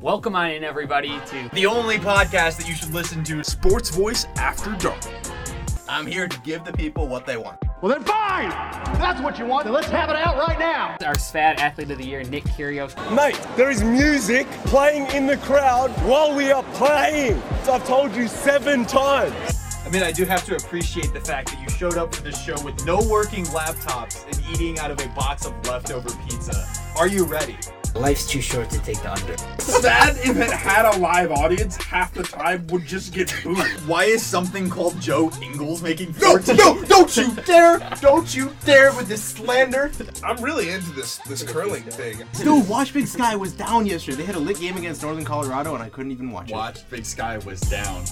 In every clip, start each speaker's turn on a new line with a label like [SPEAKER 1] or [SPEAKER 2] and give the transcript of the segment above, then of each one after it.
[SPEAKER 1] Welcome on in, everybody, to
[SPEAKER 2] The only podcast that you should listen to.
[SPEAKER 3] Sports Voice After Dark.
[SPEAKER 2] I'm here to give the people what they want.
[SPEAKER 4] Well, then fine! If that's what you want, then let's have it out right now!
[SPEAKER 1] our SPAD Athlete of the Year, Nick Kyrgios.
[SPEAKER 5] Mate, there is music playing in the crowd while we are playing. So I've told you seven times.
[SPEAKER 2] I mean, I do have to appreciate the fact that you showed up for this show with no working laptops and eating out of a box of leftover pizza. Are you ready?
[SPEAKER 6] Life's too short to take the under.
[SPEAKER 3] Sad if it had a live audience, half the time would just get booed.
[SPEAKER 2] Why is something called Joe Ingles making 14? No, no, don't you dare! Don't you dare with this slander!
[SPEAKER 3] I'm really into this this curling thing.
[SPEAKER 7] Dude, Watch Big Sky was down yesterday. They had a lit game against Northern Colorado, and I couldn't even watch it.
[SPEAKER 2] Watch Big Sky was down.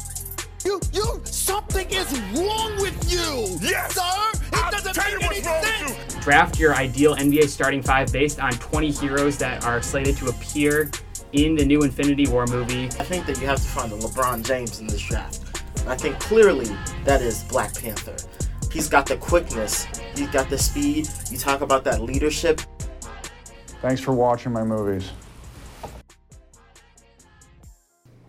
[SPEAKER 8] You, you, something is wrong with you.
[SPEAKER 3] Yes.
[SPEAKER 8] sir. It doesn't
[SPEAKER 3] tell you
[SPEAKER 8] make
[SPEAKER 3] what's
[SPEAKER 8] any
[SPEAKER 3] wrong with
[SPEAKER 8] sense.
[SPEAKER 1] Draft your ideal NBA starting five based on 20 heroes that are slated to appear in the new Infinity War movie.
[SPEAKER 9] I think that you have to find a LeBron James in this draft. I think clearly that is Black Panther. He's got the quickness, he's got the speed. You talk about that leadership.
[SPEAKER 10] Thanks for watching my movies.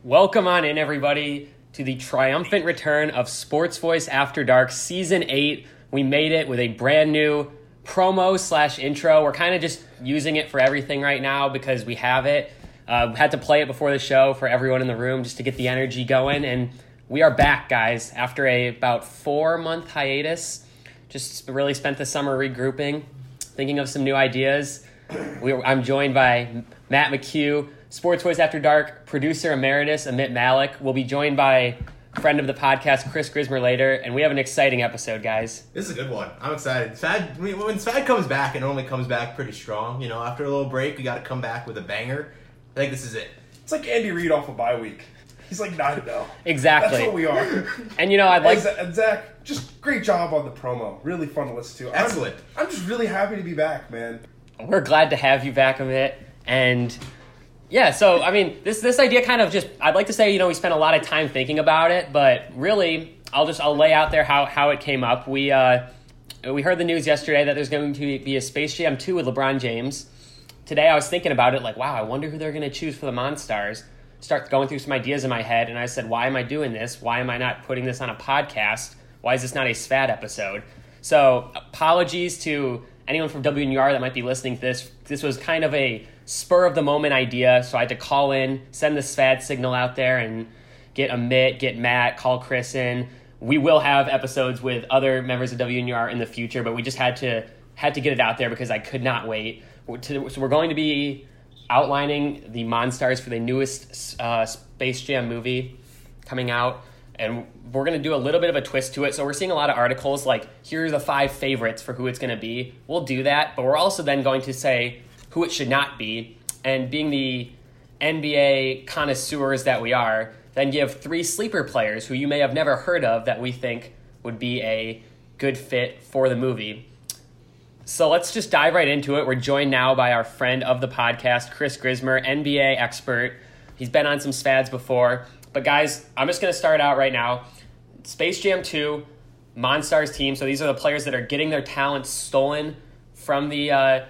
[SPEAKER 1] Welcome on in, everybody, to the triumphant return of Sports Voice After Dark Season 8. We made it with a brand new promo slash intro. We're kind of just using it for everything right now because we have it. Uh, we had to play it before the show for everyone in the room just to get the energy going. And we are back, guys, after a about four month hiatus. Just really spent the summer regrouping, thinking of some new ideas. We, I'm joined by Matt McHugh, Sports Voice After Dark producer emeritus Amit Malik. We'll be joined by friend of the podcast Chris Grismer later, and we have an exciting episode, guys.
[SPEAKER 11] This is a good one. I'm excited. Fad, I mean, when Fad comes back, it normally comes back pretty strong. You know, after a little break, we got to come back with a banger. I think this is it.
[SPEAKER 3] It's like Andy Reid off a bye week. He's like nine and zero.
[SPEAKER 1] Exactly.
[SPEAKER 3] That's what we are.
[SPEAKER 1] And you know, I'd like
[SPEAKER 3] And Z- and Zach, just great job on the promo. Really fun to listen to. I'm-
[SPEAKER 11] Excellent.
[SPEAKER 3] I'm, just really happy to be back, man.
[SPEAKER 1] we're glad to have you back, Amit, and. Yeah, so I mean, this this idea kind of just I'd like to say you know we spent a lot of time thinking about it, but really I'll just I'll lay out there how how it came up. We uh, we heard the news yesterday that there's going to be a Space Jam two with LeBron James. Today I was thinking about it, like wow, I wonder who they're going to choose for the Monstars. Start going through some ideas in my head, and I said, why am I doing this? Why am I not putting this on a podcast? Why is this not a SFAT episode? So apologies to anyone from WNR that might be listening to this. This was kind of a spur of the moment idea, so I had to call in, send the SFAD signal out there, and get Amit, get Matt, call Chris in. We will have episodes with other members of WNR in the future, but we just had to had to get it out there because I could not wait. We're to- So we're going to be outlining the Monstars for the newest uh, Space Jam movie coming out, and we're going to do a little bit of a twist to it. So we're seeing a lot of articles like here are the five favorites for who it's going to be. We'll do that, but we're also then going to say who it should not be, and being the NBA connoisseurs that we are, then give three sleeper players who you may have never heard of that we think would be a good fit for the movie. So let's just dive right into it. We're joined now by our friend of the podcast, Chris Grismer, NBA expert. He's been on some spads before. But guys, I'm just going to start out right now. Space Jam 2, Monstars team. So these are the players that are getting their talents stolen from the uh,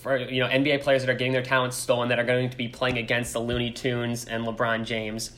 [SPEAKER 1] for, you know NBA players that are getting their talents stolen that are going to be playing against the Looney Tunes and LeBron James.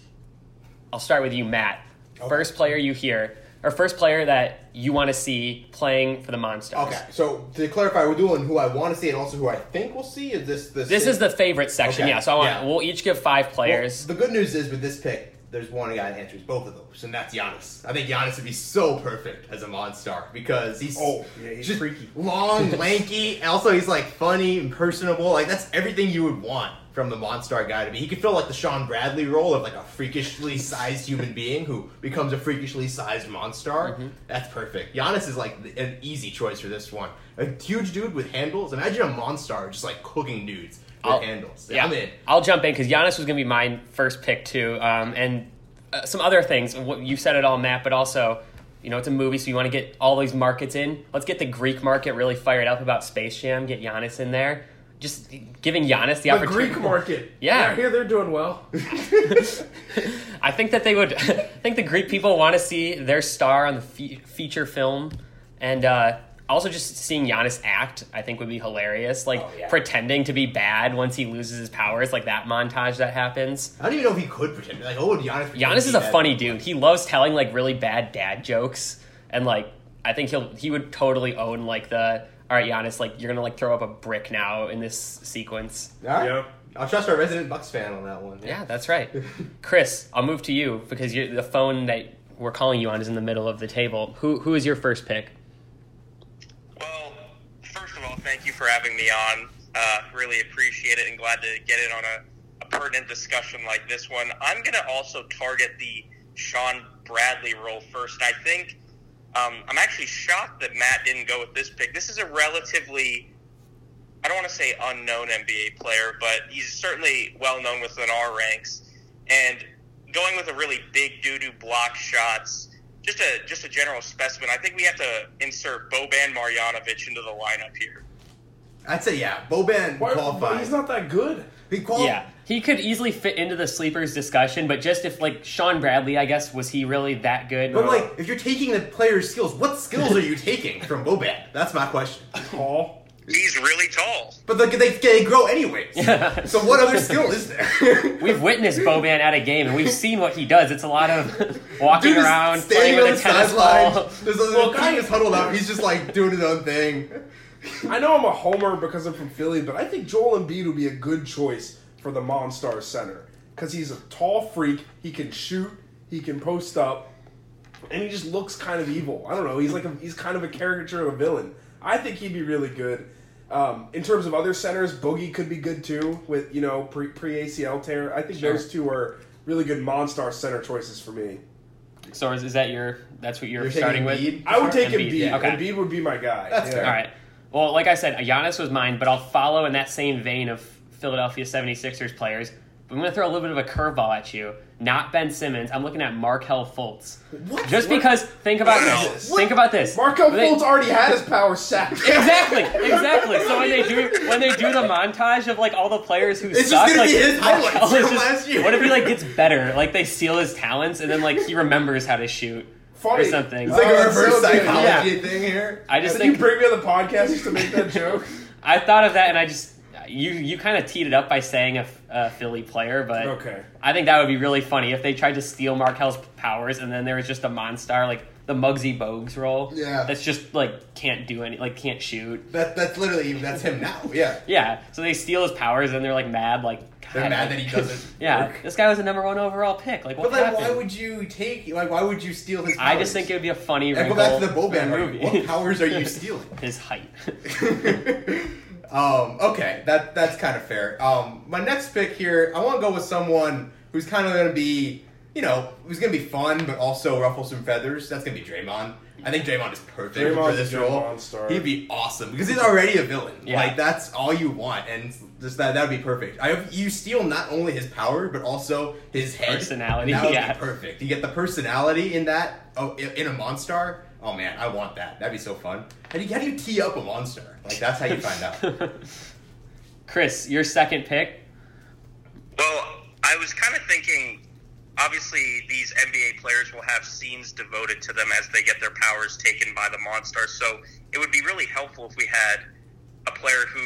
[SPEAKER 1] I'll start with you, Matt. First player you hear, or first player that you want to see playing for the Monstars.
[SPEAKER 11] Okay, so to clarify, we're doing who I want to see and also who I think we'll see. Is this the
[SPEAKER 1] This is the favorite section,
[SPEAKER 11] Okay,
[SPEAKER 1] yeah. So I want,
[SPEAKER 11] yeah.
[SPEAKER 1] we'll each give five players.
[SPEAKER 11] the good news is with this pick, there's one guy that answers both of those, and that's Giannis. I think Giannis would be so perfect as a Monstar because he's
[SPEAKER 3] Oh, yeah, he's
[SPEAKER 11] just
[SPEAKER 3] freaky.
[SPEAKER 11] long, lanky. and Also, he's like funny and personable. Like that's everything you would want from the Monstar guy to be. He could fill like the Sean Bradley role of like a freakishly sized human being who becomes a freakishly sized Monstar.
[SPEAKER 1] Mm-hmm.
[SPEAKER 11] That's perfect. Giannis is like th- an easy choice for this one. A huge dude with handles. Imagine a Monstar just like cooking dudes with
[SPEAKER 1] I'll-
[SPEAKER 11] handles. I'm in.
[SPEAKER 1] I'll jump in because Giannis was going to be my first pick too, um, and uh, some other things. What you said it all, Matt, but also, you know, it's a movie, so you want to get all these markets in. Let's get the Greek market really fired up about Space Jam. Get Giannis in there. Just giving Giannis the,
[SPEAKER 3] The
[SPEAKER 1] opportunity.
[SPEAKER 3] Greek market.
[SPEAKER 1] Yeah.
[SPEAKER 3] I hear they're doing well.
[SPEAKER 1] I think that they would. I think the Greek people want to see their star on the fe- feature film, and uh, Also, just seeing Giannis act, I think would be hilarious. Like pretending to be bad once he loses his powers, like that montage that happens.
[SPEAKER 7] I don't even know if he could pretend. Like, oh, would Giannis? pretend
[SPEAKER 1] Giannis
[SPEAKER 7] to
[SPEAKER 1] is
[SPEAKER 7] be
[SPEAKER 1] a
[SPEAKER 7] bad?
[SPEAKER 1] funny dude. He loves telling like really bad dad jokes, and like I think he'll he would totally own like the all right, Giannis, like you're gonna like throw up a brick now in this sequence.
[SPEAKER 7] All right. I'll trust our resident Bucks fan on that one.
[SPEAKER 1] Yeah, that's right. Chris, I'll move to you because you the phone that we're calling you on is in the middle of the table. Who who is your first pick?
[SPEAKER 12] thank you for having me on. Uh, really appreciate it and glad to get in on a, a pertinent discussion like this one. I'm going to also target the Sean Bradley role first. I think um, I'm actually shocked that Matt didn't go with this pick. This is a relatively, I don't want to say unknown NBA player, but he's certainly well known within our ranks. And going with a really big dude who blocks shots, just a just a general specimen. I think we have to insert Boban Marjanovic into the lineup here.
[SPEAKER 7] I'd say yeah. Boban qualified. He's
[SPEAKER 3] not that good.
[SPEAKER 7] He qualified.
[SPEAKER 1] Yeah, he could easily fit into the sleepers discussion, but just if like Sean Bradley, I guess was he really that good?
[SPEAKER 7] But like, if you're taking the player's skills, what skills are you taking from Boban? That's my question.
[SPEAKER 3] Tall.
[SPEAKER 12] He's really tall.
[SPEAKER 7] But they, they, they grow anyways. So what other skill is there?
[SPEAKER 1] we've witnessed Boban at a game and we've seen what he does. It's a lot of walking around, playing with a tennis
[SPEAKER 7] sideline.
[SPEAKER 1] ball.
[SPEAKER 7] There's a little guy is huddled up. He's just like doing his own thing.
[SPEAKER 3] I know I'm a homer because I'm from Philly, but I think Joel Embiid would be a good choice for the Monstar Center because he's a tall freak. He can shoot. He can post up, and he just looks kind of evil. I don't know. He's like a, he's kind of a caricature of a villain. I think he'd be really good. Um, in terms of other centers, Boogie could be good too with you know pre pre ACL tear. I think
[SPEAKER 1] Sure.
[SPEAKER 3] those two are really good Monstar Center choices for me.
[SPEAKER 1] So is, is that your? That's what you're,
[SPEAKER 3] You're taking
[SPEAKER 1] starting with.
[SPEAKER 3] Embiid? I would take Embiid.
[SPEAKER 1] yeah,
[SPEAKER 3] Embiid would be my guy.
[SPEAKER 1] That's
[SPEAKER 3] Yeah.
[SPEAKER 1] fair. All right. Well, like I said, Giannis was mine, but I'll follow in that same vein of Philadelphia 76ers players. But I'm going to throw a little bit of a curveball at you. Not Ben Simmons. I'm looking at Markel Fultz. What? Just because, think about this. Think about this.
[SPEAKER 3] Marco
[SPEAKER 1] They-
[SPEAKER 3] Fultz already had his power sack.
[SPEAKER 1] Exactly, exactly. So when they do when they do the montage of like all the players who
[SPEAKER 3] It's just
[SPEAKER 1] suck,
[SPEAKER 3] gonna
[SPEAKER 1] like
[SPEAKER 3] be his highlights
[SPEAKER 1] Markel is
[SPEAKER 3] from last year.
[SPEAKER 1] what if he like gets better? Like they steal his talents and then like he remembers how to shoot
[SPEAKER 3] Funny.
[SPEAKER 1] or something.
[SPEAKER 3] It's like a Oh, that's reverse so good.
[SPEAKER 7] psychology
[SPEAKER 1] Yeah.
[SPEAKER 7] thing here.
[SPEAKER 1] I just
[SPEAKER 3] Did
[SPEAKER 1] think
[SPEAKER 3] you bring me on the podcast just to make that joke.
[SPEAKER 1] I thought of that, and I just you you kind of teed it up by saying a, a Philly player, but
[SPEAKER 3] Okay.
[SPEAKER 1] I think that would be really funny if they tried to steal Markel's powers, and then there was just a monstar like the Muggsy Bogues role.
[SPEAKER 7] Yeah.
[SPEAKER 1] that's just like can't do any, like can't shoot.
[SPEAKER 7] That that's literally that's him now. Yeah.
[SPEAKER 1] Yeah, so they steal his powers, and they're like mad, like God,
[SPEAKER 7] They're mad
[SPEAKER 1] like-
[SPEAKER 7] that he doesn't
[SPEAKER 1] yeah,
[SPEAKER 7] work.
[SPEAKER 1] this guy was the number one overall pick. Like, what
[SPEAKER 7] But like,
[SPEAKER 1] happened?
[SPEAKER 7] why would you take? Like, why would you steal his? Powers?
[SPEAKER 1] I just think it would be a funny.
[SPEAKER 7] And go back to the
[SPEAKER 1] wrinkle
[SPEAKER 7] Boban
[SPEAKER 1] in the
[SPEAKER 7] argument. What powers are you stealing?
[SPEAKER 1] His height.
[SPEAKER 7] Um, okay, that that's kind of fair. Um, my next pick here, I want to go with someone who's kind of going to be, you know, who's going to be fun but also ruffle some feathers. That's going to be Draymond. I think Draymond is perfect for
[SPEAKER 3] Draymond's
[SPEAKER 7] this
[SPEAKER 3] a
[SPEAKER 7] role.
[SPEAKER 3] Draymond star.
[SPEAKER 7] He'd be awesome because he's already a villain.
[SPEAKER 3] Yeah.
[SPEAKER 7] Like that's all you want, and just that that would be perfect. I hope you steal not only his power but also his head.
[SPEAKER 1] Personality,
[SPEAKER 7] That would
[SPEAKER 1] yeah.
[SPEAKER 7] be perfect. You get the personality in that. Oh, in in a monster. Oh man, I want that. That'd be so fun. How do you, how do you tee up a monster? Like that's how you find out.
[SPEAKER 1] Chris, your second pick.
[SPEAKER 12] I was kind of thinking, obviously, these NBA players will have scenes devoted to them as they get their powers taken by the monster. So it would be really helpful if we had a player who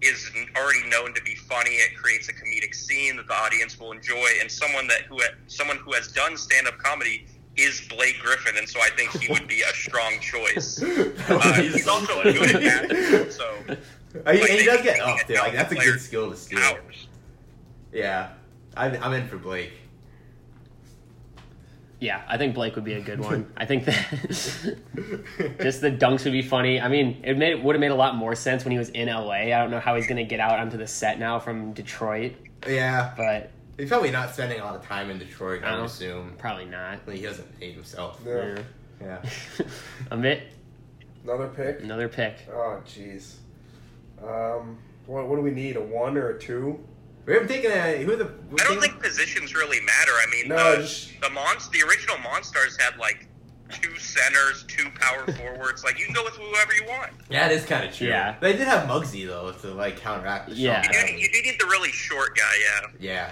[SPEAKER 12] is already known to be funny. It creates a comedic scene that the audience will enjoy, and someone that who someone who has done stand up comedy is Blake Griffin, and so I think he would be a strong choice. Uh, he's also good at basketball, so
[SPEAKER 7] And he, and he does get up too. Like that's a good skill to steal. Yeah, I'm, I'm in for Blake.
[SPEAKER 1] Yeah, I think Blake would be a good one. I think that just the dunks would be funny. I mean, it made would have made a lot more sense when he was in LA. I don't know how he's gonna get out onto the set now from Detroit,
[SPEAKER 7] Yeah,
[SPEAKER 1] but
[SPEAKER 7] he's probably not spending a lot of time in Detroit. I
[SPEAKER 1] No,
[SPEAKER 7] would assume.
[SPEAKER 1] Probably not.
[SPEAKER 7] Like, he doesn't hate himself.
[SPEAKER 3] Yeah.
[SPEAKER 7] Yeah.
[SPEAKER 1] Amit,
[SPEAKER 3] Another pick.
[SPEAKER 1] another pick.
[SPEAKER 3] Oh, jeez. Um, what, what do we need? A one or a two?
[SPEAKER 7] We haven't taken a. Who the?
[SPEAKER 12] I don't think positions really matter. I mean,
[SPEAKER 3] No,
[SPEAKER 12] the,
[SPEAKER 3] just-
[SPEAKER 12] the Mons, the original Monstars had like two centers, two power forwards. Like you can go with whoever you want.
[SPEAKER 7] Yeah, it is kind of true.
[SPEAKER 1] Yeah.
[SPEAKER 7] They did have Muggsy though to like counteract. The
[SPEAKER 1] Yeah.
[SPEAKER 7] Sean
[SPEAKER 12] You,
[SPEAKER 7] Bradley.
[SPEAKER 12] you do need the really short guy. Yeah.
[SPEAKER 7] Yeah.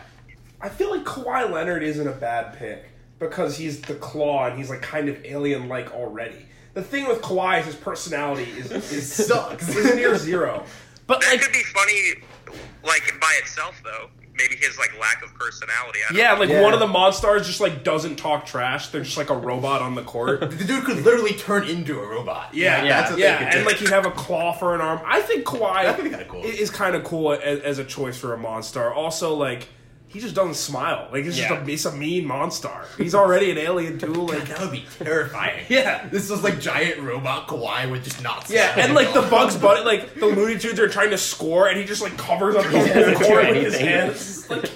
[SPEAKER 3] I feel like Kawhi Leonard isn't a bad pick because he's the claw and he's like kind of alien like already. the thing with Kawhi is his personality is, is sucks. Is near zero.
[SPEAKER 1] But
[SPEAKER 12] that could be funny, like by itself though. Maybe his like lack of personality. I don't
[SPEAKER 3] Yeah,
[SPEAKER 12] know.
[SPEAKER 3] like one of the Monstars just like doesn't talk trash. They're just like a robot on the court.
[SPEAKER 7] the dude could literally turn into a robot.
[SPEAKER 3] Yeah,
[SPEAKER 7] Like,
[SPEAKER 3] yeah,
[SPEAKER 7] that's what they
[SPEAKER 3] yeah.
[SPEAKER 7] could
[SPEAKER 3] and
[SPEAKER 7] do.
[SPEAKER 3] like he'd have a claw for an arm. I think Kawhi
[SPEAKER 7] That'd be kinda cool.
[SPEAKER 3] i- is kind of cool as, as a choice for a Monstar. Also, like he just doesn't smile. Like he's
[SPEAKER 7] Yeah.
[SPEAKER 3] just a, he's a mean Monstar. He's already an alien too. Like
[SPEAKER 7] that would be terrifying.
[SPEAKER 3] yeah,
[SPEAKER 7] this was like giant robot Kawhi would just not.
[SPEAKER 3] Yeah,
[SPEAKER 7] stop
[SPEAKER 3] and
[SPEAKER 7] at
[SPEAKER 3] like the
[SPEAKER 7] all.
[SPEAKER 3] Bugs Bunny, like the Looney Tunes are trying to score, and he just like covers up the whole court with his hands. Like,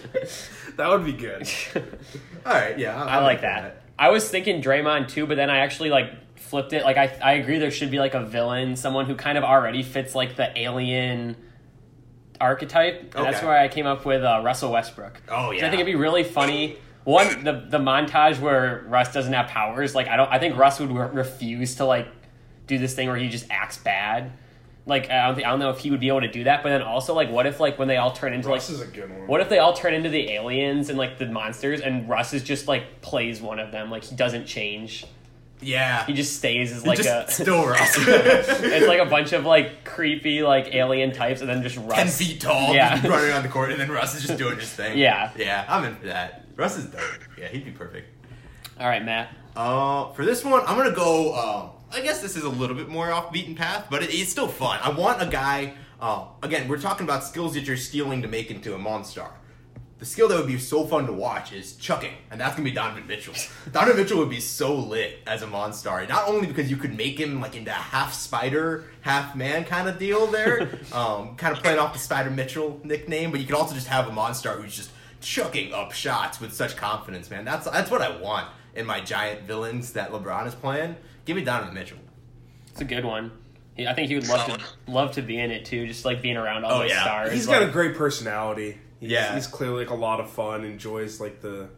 [SPEAKER 3] that would be good.
[SPEAKER 7] All right, yeah,
[SPEAKER 1] I, like that. I was thinking Draymond too, but then I actually like flipped it. Like I, I agree there should be like a villain, someone who kind of already fits like the alien archetype. And That's
[SPEAKER 13] Okay.
[SPEAKER 1] where I came up with uh, Russell Westbrook.
[SPEAKER 13] Oh,
[SPEAKER 1] 'Cause
[SPEAKER 13] yeah.
[SPEAKER 1] I think it'd be really funny. One, the the montage where Russ doesn't have powers. Like I don't. I think Russ would re- refuse to like do this thing where he just acts bad. Like I don't, think, I don't know if he would be able to do that. But then also like, what if like when they all turn into
[SPEAKER 3] Russ
[SPEAKER 1] like
[SPEAKER 3] is a good one.
[SPEAKER 1] what if they all turn into the aliens and like the monsters, and Russ is just like plays one of them? Like he doesn't change.
[SPEAKER 7] Yeah,
[SPEAKER 1] he just stays as
[SPEAKER 7] He
[SPEAKER 1] like
[SPEAKER 7] just
[SPEAKER 1] a
[SPEAKER 7] still Russ.
[SPEAKER 1] it's like a bunch of like creepy like alien types, and then just Russ
[SPEAKER 7] ten feet tall,
[SPEAKER 1] Yeah,
[SPEAKER 7] just running around the court, and then Russ is just doing his thing.
[SPEAKER 1] Yeah.
[SPEAKER 7] yeah, I'm in for that. Russ is dope. Yeah, he'd be perfect.
[SPEAKER 1] All right, Matt.
[SPEAKER 7] Uh, for this one, I'm gonna go. Um, I guess this is a little bit more off beaten path, but it, it's still fun. I want a guy. Uh, again, we're talking about skills that you're stealing to make into a monster. The skill that would be so fun to watch is chucking, and that's gonna be Donovan Mitchell. Donovan Mitchell would be so lit as a Monstar, not only because you could make him like into a half spider, half man kind of deal there, um, kind of playing off the Spider Mitchell nickname, but you could also just have a Monstar who's just chucking up shots with such confidence, man. That's that's what I want in my giant villains that LeBron is playing. Give me Donovan Mitchell.
[SPEAKER 1] it's a good one. He- I think he would love to love to be in it too, just like being around all
[SPEAKER 7] Oh,
[SPEAKER 1] those
[SPEAKER 7] yeah.
[SPEAKER 1] stars.
[SPEAKER 3] He's
[SPEAKER 1] like,
[SPEAKER 3] got a great personality. He's,
[SPEAKER 1] Yeah.
[SPEAKER 3] he's clearly like a lot of fun. Enjoys like the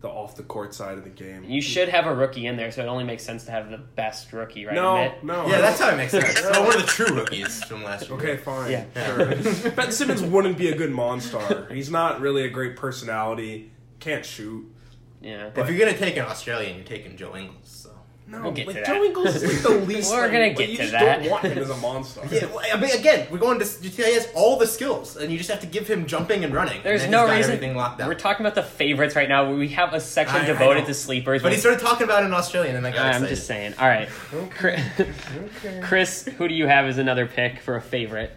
[SPEAKER 3] the off the court side of the game.
[SPEAKER 1] You should have a rookie in there, so it only makes sense to have the best rookie, right?
[SPEAKER 3] No,
[SPEAKER 1] Amit?
[SPEAKER 3] no. Yeah, that's how it makes sense.
[SPEAKER 7] So one of the true rookies from last year.
[SPEAKER 3] Okay, fine.
[SPEAKER 1] Yeah.
[SPEAKER 3] Sure. ben Simmons wouldn't be a good Monstar. He's not really a great personality. Can't shoot.
[SPEAKER 1] Yeah.
[SPEAKER 7] if you're gonna take an Australian, you're taking Joe Ingles. So
[SPEAKER 3] No, We'll get like, to that. Joe Ingles is, like, the least, We're like, gonna like, get you to just that. don't want him as a monster.
[SPEAKER 7] yeah, well, I mean, again, we're going to. He has all the skills, and you just have to give him jumping and running.
[SPEAKER 1] There's
[SPEAKER 7] and
[SPEAKER 1] no
[SPEAKER 7] then he's got
[SPEAKER 1] reason.
[SPEAKER 7] Everything locked down.
[SPEAKER 1] We're talking about the favorites right now. We have a section
[SPEAKER 7] I- I
[SPEAKER 1] devoted
[SPEAKER 7] know.
[SPEAKER 1] to sleepers.
[SPEAKER 7] But he started talking about an Australian, and I got
[SPEAKER 1] I'm
[SPEAKER 7] excited.
[SPEAKER 1] just saying. All right, Chris, Chris, who do you have as another pick for a favorite?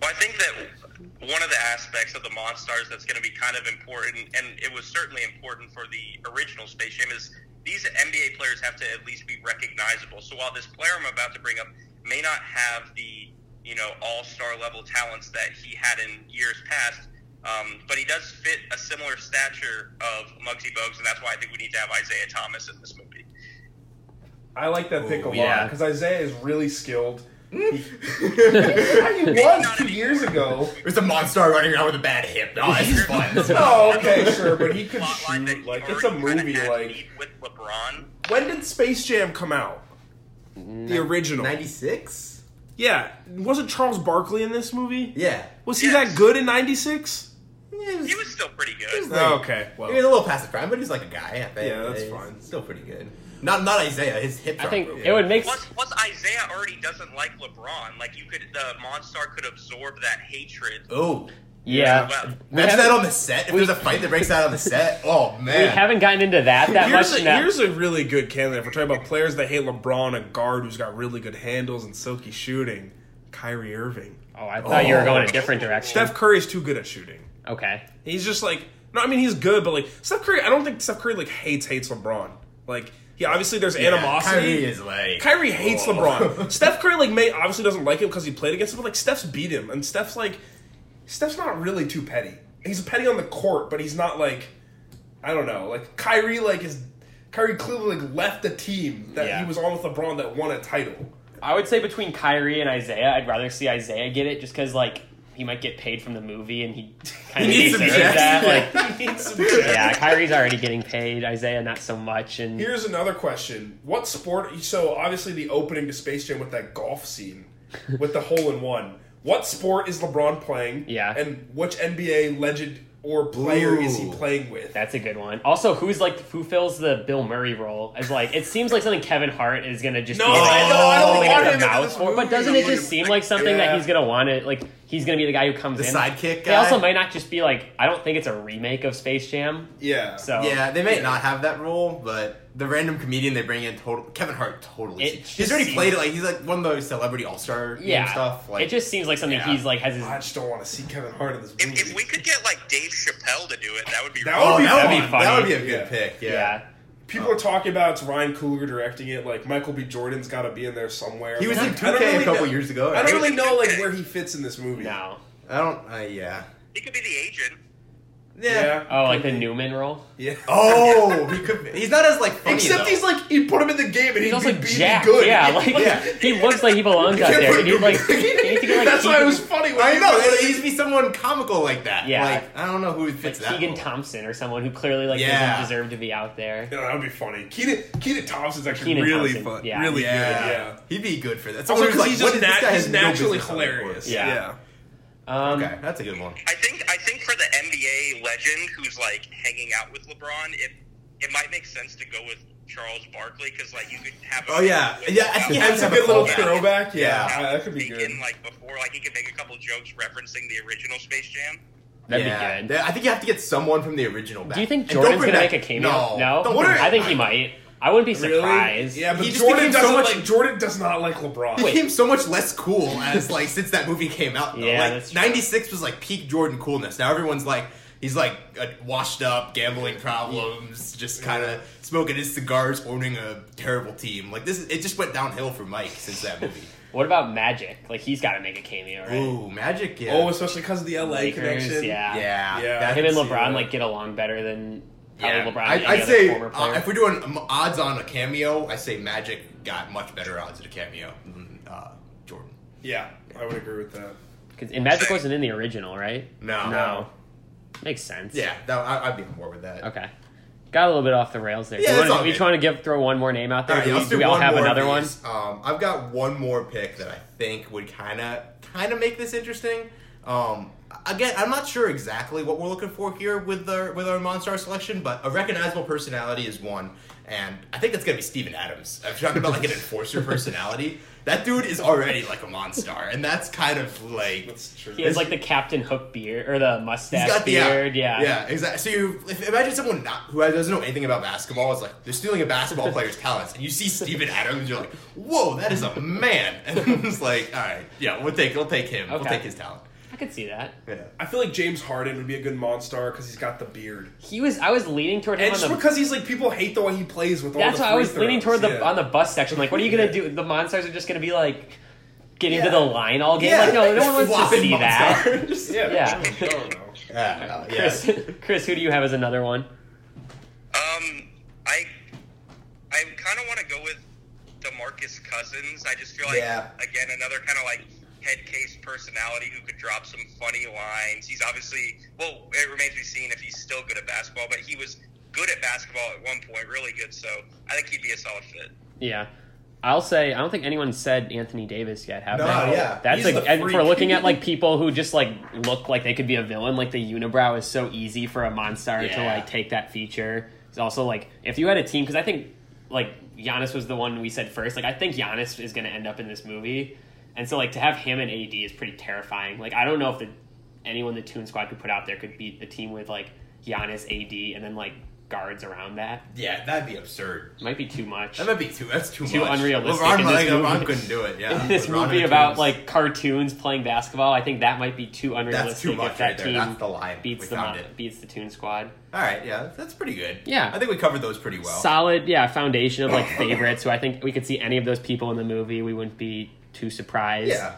[SPEAKER 12] Well, I think that one of the aspects of the Monstars that's going to be kind of important, and it was certainly important for the original Space Jam, is these NBA players have to at least be recognizable. So while this player I'm about to bring up may not have the you know All Star level talents that he had in years past, um, but he does fit a similar stature of Muggsy Bogues, and that's why I think we need to have Isaiah Thomas in this movie.
[SPEAKER 3] I like that pick a lot
[SPEAKER 7] yeah.
[SPEAKER 3] because Isaiah is really skilled. He, he was two years ago.
[SPEAKER 7] There's a Monstar running around with a bad hip. No, this is fun. This is
[SPEAKER 3] Oh,
[SPEAKER 7] fun.
[SPEAKER 3] okay, sure, but he could shoot. Like it's a movie. Like
[SPEAKER 12] with LeBron.
[SPEAKER 3] When did Space Jam come out? The original.
[SPEAKER 7] 96?
[SPEAKER 3] Yeah. Wasn't Charles Barkley in this movie?
[SPEAKER 7] Yeah.
[SPEAKER 3] Was he that good in 96?
[SPEAKER 12] He was still pretty good.
[SPEAKER 3] Oh, okay. Well,
[SPEAKER 7] He was a little past the prime, but he's like a guy. I think.
[SPEAKER 3] Yeah, that's
[SPEAKER 7] He's
[SPEAKER 3] fine.
[SPEAKER 7] Still pretty good. Not not Isaiah. His hips.
[SPEAKER 1] I
[SPEAKER 7] are
[SPEAKER 1] think
[SPEAKER 7] broken.
[SPEAKER 1] it would make.
[SPEAKER 12] Plus, plus Isaiah already doesn't like LeBron. Like you could, the Monstar could absorb that hatred.
[SPEAKER 7] Oh.
[SPEAKER 1] Yeah.
[SPEAKER 12] Well,
[SPEAKER 7] Imagine that on the set. If there's a fight that breaks out on the set, oh man.
[SPEAKER 1] We haven't gotten into that that
[SPEAKER 3] here's
[SPEAKER 1] much
[SPEAKER 3] a,
[SPEAKER 1] now.
[SPEAKER 3] Here's a really good candidate. If we're talking about players that hate LeBron, a guard who's got really good handles and silky shooting, Kyrie Irving.
[SPEAKER 1] Oh, I thought you were going a different direction.
[SPEAKER 3] Steph Curry's too good at shooting.
[SPEAKER 1] Okay.
[SPEAKER 3] He's just like no, I mean he's good, but like Steph Curry, I don't think Steph Curry like hates hates LeBron. Like he obviously there's
[SPEAKER 7] Yeah,
[SPEAKER 3] animosity.
[SPEAKER 7] Kyrie is like-
[SPEAKER 3] Kyrie hates
[SPEAKER 7] Oh.
[SPEAKER 3] LeBron. Steph Curry like may obviously doesn't like him because he played against him, but like Steph's beat him, and Steph's like Steph's not really too petty. He's petty on the court, but he's not like I don't know. Like Kyrie like is Kyrie clearly like left the team that he was on with LeBron that won a title.
[SPEAKER 1] I would say between Kyrie and Isaiah, I'd rather see Isaiah get it just because, like, he might get paid from the movie and he kind of
[SPEAKER 3] He needs
[SPEAKER 1] deserves
[SPEAKER 3] some checks.
[SPEAKER 1] that. Like,
[SPEAKER 3] He needs some
[SPEAKER 1] yeah,
[SPEAKER 3] checks.
[SPEAKER 1] Kyrie's already getting paid. Isaiah, not so much. And
[SPEAKER 3] Here's another question: What sport? So obviously the opening to Space Jam with that golf scene, with the hole in one. What sport is LeBron playing?
[SPEAKER 1] Yeah.
[SPEAKER 3] And which NBA legend or player is he playing with?
[SPEAKER 1] That's a good one. Also, who's like who fills the Bill Murray role? As like it seems like something Kevin Hart is gonna just
[SPEAKER 3] No,
[SPEAKER 1] be like,
[SPEAKER 3] no, I don't
[SPEAKER 1] like,
[SPEAKER 3] want
[SPEAKER 1] the
[SPEAKER 3] him in
[SPEAKER 1] mouth
[SPEAKER 3] this
[SPEAKER 1] for. But doesn't it just seem like something
[SPEAKER 3] Yeah.
[SPEAKER 1] that he's gonna want to like? He's gonna be the guy who comes
[SPEAKER 7] The
[SPEAKER 1] in.
[SPEAKER 7] sidekick
[SPEAKER 1] They
[SPEAKER 7] guy?
[SPEAKER 1] also might not just be like. I don't think it's a remake of Space Jam.
[SPEAKER 3] Yeah.
[SPEAKER 1] So
[SPEAKER 7] yeah, they may not have that role, but the random comedian they bring in, total Kevin Hart, totally.
[SPEAKER 1] It
[SPEAKER 7] he's
[SPEAKER 1] just
[SPEAKER 7] already
[SPEAKER 1] seems-
[SPEAKER 7] played it. Like he's like one of those celebrity all star
[SPEAKER 1] Yeah.
[SPEAKER 7] stuff. Like
[SPEAKER 1] it just seems like something
[SPEAKER 7] yeah.
[SPEAKER 1] he's like has his.
[SPEAKER 3] I just don't want to see Kevin Hart in this movie.
[SPEAKER 12] If we could get like Dave Chappelle to do it, that would be
[SPEAKER 3] That
[SPEAKER 12] really
[SPEAKER 3] would be
[SPEAKER 7] oh, that
[SPEAKER 3] fun.
[SPEAKER 7] would be funny. That would be a good
[SPEAKER 3] Yeah.
[SPEAKER 7] pick. Yeah.
[SPEAKER 3] People are talking about it's Ryan Coogler directing it. Like Michael B. Jordan's got to be in there somewhere.
[SPEAKER 7] He was
[SPEAKER 3] I
[SPEAKER 7] in
[SPEAKER 3] don't
[SPEAKER 7] 2K
[SPEAKER 3] really
[SPEAKER 7] a couple
[SPEAKER 3] know-
[SPEAKER 7] years ago.
[SPEAKER 3] I
[SPEAKER 7] right?
[SPEAKER 3] don't really know like where he fits in this movie.
[SPEAKER 1] No.
[SPEAKER 7] I don't. Uh, yeah.
[SPEAKER 3] Yeah.
[SPEAKER 1] Oh, like the Newman role.
[SPEAKER 3] Yeah.
[SPEAKER 7] Oh, he could. He's not as like funny.
[SPEAKER 3] Except
[SPEAKER 7] though.
[SPEAKER 3] he's like he put him in the game and
[SPEAKER 1] He's
[SPEAKER 3] he
[SPEAKER 1] also
[SPEAKER 3] could be
[SPEAKER 1] jacked.
[SPEAKER 3] good.
[SPEAKER 1] Yeah, like he looks like he belongs out there. He needs, like, he needs to get, like,
[SPEAKER 3] That's why it was funny. When
[SPEAKER 7] I
[SPEAKER 3] he
[SPEAKER 7] know.
[SPEAKER 3] put him in
[SPEAKER 7] It needs to be someone comical like that.
[SPEAKER 1] Yeah.
[SPEAKER 7] Like I don't know who fits that.
[SPEAKER 1] Keegan
[SPEAKER 7] role.
[SPEAKER 1] Thompson or someone who clearly like
[SPEAKER 7] Yeah.
[SPEAKER 1] doesn't deserve to be out there.
[SPEAKER 3] Yeah, that'd be funny. Keaton, Keaton Thompson's actually
[SPEAKER 1] Kenan
[SPEAKER 3] really
[SPEAKER 1] Thompson,
[SPEAKER 3] fun.
[SPEAKER 1] yeah.
[SPEAKER 3] Really
[SPEAKER 7] Yeah.
[SPEAKER 3] good. Yeah.
[SPEAKER 7] He'd be good for that.
[SPEAKER 3] Also,
[SPEAKER 7] Someone who's
[SPEAKER 3] because
[SPEAKER 7] like,
[SPEAKER 3] he's
[SPEAKER 7] what
[SPEAKER 3] just
[SPEAKER 7] is- this
[SPEAKER 3] nat-
[SPEAKER 7] guy has
[SPEAKER 3] he's
[SPEAKER 7] no
[SPEAKER 3] naturally
[SPEAKER 7] business on the court.
[SPEAKER 3] hilarious.
[SPEAKER 1] Yeah.
[SPEAKER 3] yeah.
[SPEAKER 1] Um,
[SPEAKER 7] Okay, that's a good one.
[SPEAKER 12] I think I think for the NBA legend who's like hanging out with LeBron, it it might make sense to go with Charles Barkley because like you could have.
[SPEAKER 7] Oh yeah, yeah. I think
[SPEAKER 12] Yeah,
[SPEAKER 7] that's
[SPEAKER 3] That's a good little
[SPEAKER 7] callback.
[SPEAKER 3] throwback. Yeah,
[SPEAKER 7] Yeah.
[SPEAKER 3] uh, that could be good.
[SPEAKER 12] In like before, like he could make a couple jokes referencing the original Space Jam.
[SPEAKER 1] That'd be
[SPEAKER 7] yeah.
[SPEAKER 1] good.
[SPEAKER 7] Th- I think you have to get someone from the original back.
[SPEAKER 1] Do you think
[SPEAKER 7] And don't
[SPEAKER 1] Jordan's
[SPEAKER 7] bring
[SPEAKER 1] gonna
[SPEAKER 7] back-
[SPEAKER 1] make a cameo?
[SPEAKER 7] No, Don't
[SPEAKER 1] What
[SPEAKER 7] bring
[SPEAKER 1] are- I think
[SPEAKER 7] back-
[SPEAKER 1] he might. I wouldn't be surprised.
[SPEAKER 3] Yeah, but
[SPEAKER 7] He just
[SPEAKER 3] Jordan
[SPEAKER 7] became so
[SPEAKER 3] doesn't
[SPEAKER 7] much-
[SPEAKER 3] like Jordan does not like LeBron.
[SPEAKER 7] He became so much less cool as like since that movie came out. Though.
[SPEAKER 1] Yeah,
[SPEAKER 7] like
[SPEAKER 1] that's true.
[SPEAKER 7] '96 was like peak Jordan coolness. Now everyone's like he's like uh, washed up, gambling problems, just kind of smoking his cigars, owning a terrible team. Like this, is, it just went downhill for Mike since that movie.
[SPEAKER 1] What about Magic? Like he's got to make a cameo, right?
[SPEAKER 7] Ooh, Magic! Yeah,
[SPEAKER 3] Oh, especially because of the LA
[SPEAKER 1] Lakers,
[SPEAKER 3] connection.
[SPEAKER 1] yeah.
[SPEAKER 7] yeah,
[SPEAKER 3] Yeah.
[SPEAKER 7] that-
[SPEAKER 1] Him and
[SPEAKER 3] see
[SPEAKER 1] LeBron
[SPEAKER 3] that.
[SPEAKER 1] like get along better than probably
[SPEAKER 7] Yeah,
[SPEAKER 1] LeBron. and
[SPEAKER 7] I,
[SPEAKER 1] any
[SPEAKER 7] I'd
[SPEAKER 1] other
[SPEAKER 7] say
[SPEAKER 1] former
[SPEAKER 7] uh,
[SPEAKER 1] player.
[SPEAKER 7] if we're doing um, odds on a cameo, I say Magic got much better odds at a cameo than uh, Jordan.
[SPEAKER 3] yeah, I would agree with that.
[SPEAKER 1] 'Cause- and Magic wasn't in the original, right?
[SPEAKER 7] No.
[SPEAKER 1] no, makes sense.
[SPEAKER 7] Yeah, that, I, I'd be on board with that.
[SPEAKER 1] Okay. Got a little bit off the rails there.
[SPEAKER 7] Yeah,
[SPEAKER 1] do you
[SPEAKER 7] it's all
[SPEAKER 1] want to,
[SPEAKER 7] good.
[SPEAKER 1] each want to give throw one more name out there?
[SPEAKER 7] All right,
[SPEAKER 1] do we,
[SPEAKER 7] let's
[SPEAKER 1] do we all
[SPEAKER 7] one
[SPEAKER 1] have
[SPEAKER 7] more of
[SPEAKER 1] another one?
[SPEAKER 7] these. Um, I've got one more pick that I think would kind of kind of make this interesting. Um, again, I'm not sure exactly what we're looking for here with our with our Monstar selection, but a recognizable personality is one, and I think that's gonna be Steven Adams. I'm talking about like an enforcer personality. That dude is already like a Monstar, and that's kind of like
[SPEAKER 3] That's true.
[SPEAKER 1] He has like the Captain Hook beard or the mustache
[SPEAKER 7] He's got the
[SPEAKER 1] beard. Yeah.
[SPEAKER 7] yeah, exactly. So you if, imagine someone not, who doesn't know anything about basketball is like they're stealing a basketball player's talents, and you see Steven Adams, you're like, "Whoa, that is a man!" And it's like, "All right, yeah, we'll take, we'll take him, we'll
[SPEAKER 1] Okay.
[SPEAKER 7] take his talent."
[SPEAKER 1] I could see that.
[SPEAKER 7] Yeah,
[SPEAKER 3] I feel like James Harden would be a good monster because he's got the beard,
[SPEAKER 1] He was. I was leaning toward him
[SPEAKER 3] and
[SPEAKER 1] on
[SPEAKER 3] just
[SPEAKER 1] the
[SPEAKER 3] because he's like people hate the way he plays with all
[SPEAKER 1] That's
[SPEAKER 3] the
[SPEAKER 1] why I
[SPEAKER 3] free
[SPEAKER 1] was leaning
[SPEAKER 3] throws.
[SPEAKER 1] toward the
[SPEAKER 3] Yeah.
[SPEAKER 1] on the bus section. Like, what are you gonna do? The monsters are just gonna be like get into the line all game.
[SPEAKER 7] Yeah,
[SPEAKER 1] Like, no, no one wants to
[SPEAKER 7] swapping
[SPEAKER 1] see that.
[SPEAKER 7] monsters.
[SPEAKER 3] yeah.
[SPEAKER 1] Yeah.
[SPEAKER 3] I don't know.
[SPEAKER 7] yeah, yeah.
[SPEAKER 1] Chris, Chris, who do you have as another one?
[SPEAKER 12] Um, I I kind of want to go with DeMarcus Cousins. I just feel like
[SPEAKER 7] Yeah.
[SPEAKER 12] again another kind of like head case personality who could drop some funny lines. He's obviously well, it remains to be seen if he's still good at basketball, but he was good at basketball at one point, really good. So I think he'd be a solid fit.
[SPEAKER 1] Yeah. I'll say I don't think anyone said Anthony Davis yet. Have
[SPEAKER 7] No,
[SPEAKER 1] they?
[SPEAKER 7] yeah.
[SPEAKER 1] That's
[SPEAKER 7] He's
[SPEAKER 1] like
[SPEAKER 7] the
[SPEAKER 1] and for
[SPEAKER 7] freak.
[SPEAKER 1] looking at like people who just like look like they could be a villain. Like the unibrow is so easy for a monstar to
[SPEAKER 7] Yeah.
[SPEAKER 1] like take that feature. It's also like if you had a team because I think like Giannis was the one we said first. Like I think Giannis is going to end up in this movie, and so like to have him and AD is pretty terrifying. Like I don't know if the anyone the Toon Squad could put out there could beat the team with like Giannis, AD, and then like guards around that.
[SPEAKER 7] Yeah, that'd be absurd.
[SPEAKER 1] Might be too much.
[SPEAKER 7] That might be too. That's too,
[SPEAKER 1] Too
[SPEAKER 7] much.
[SPEAKER 1] unrealistic
[SPEAKER 7] LeBron,
[SPEAKER 1] in this
[SPEAKER 7] like, LeBron
[SPEAKER 1] movie.
[SPEAKER 7] couldn't do it. Yeah,
[SPEAKER 1] in this
[SPEAKER 7] LeBron and
[SPEAKER 1] movie
[SPEAKER 7] the
[SPEAKER 1] about
[SPEAKER 7] Kings.
[SPEAKER 1] like cartoons playing basketball, I think that might be too unrealistic.
[SPEAKER 7] That's too much
[SPEAKER 1] if
[SPEAKER 7] right
[SPEAKER 1] that
[SPEAKER 7] there.
[SPEAKER 1] team
[SPEAKER 7] That's the line.
[SPEAKER 1] beats
[SPEAKER 7] We
[SPEAKER 1] the
[SPEAKER 7] found
[SPEAKER 1] Mon-
[SPEAKER 7] it.
[SPEAKER 1] beats the Toon Squad.
[SPEAKER 7] all right, yeah, that's pretty good.
[SPEAKER 1] Yeah.
[SPEAKER 7] I think we covered those pretty well.
[SPEAKER 1] Solid, yeah, foundation of like favorites. So I think we could see any of those people in the movie. We wouldn't be too surprised.
[SPEAKER 7] Yeah,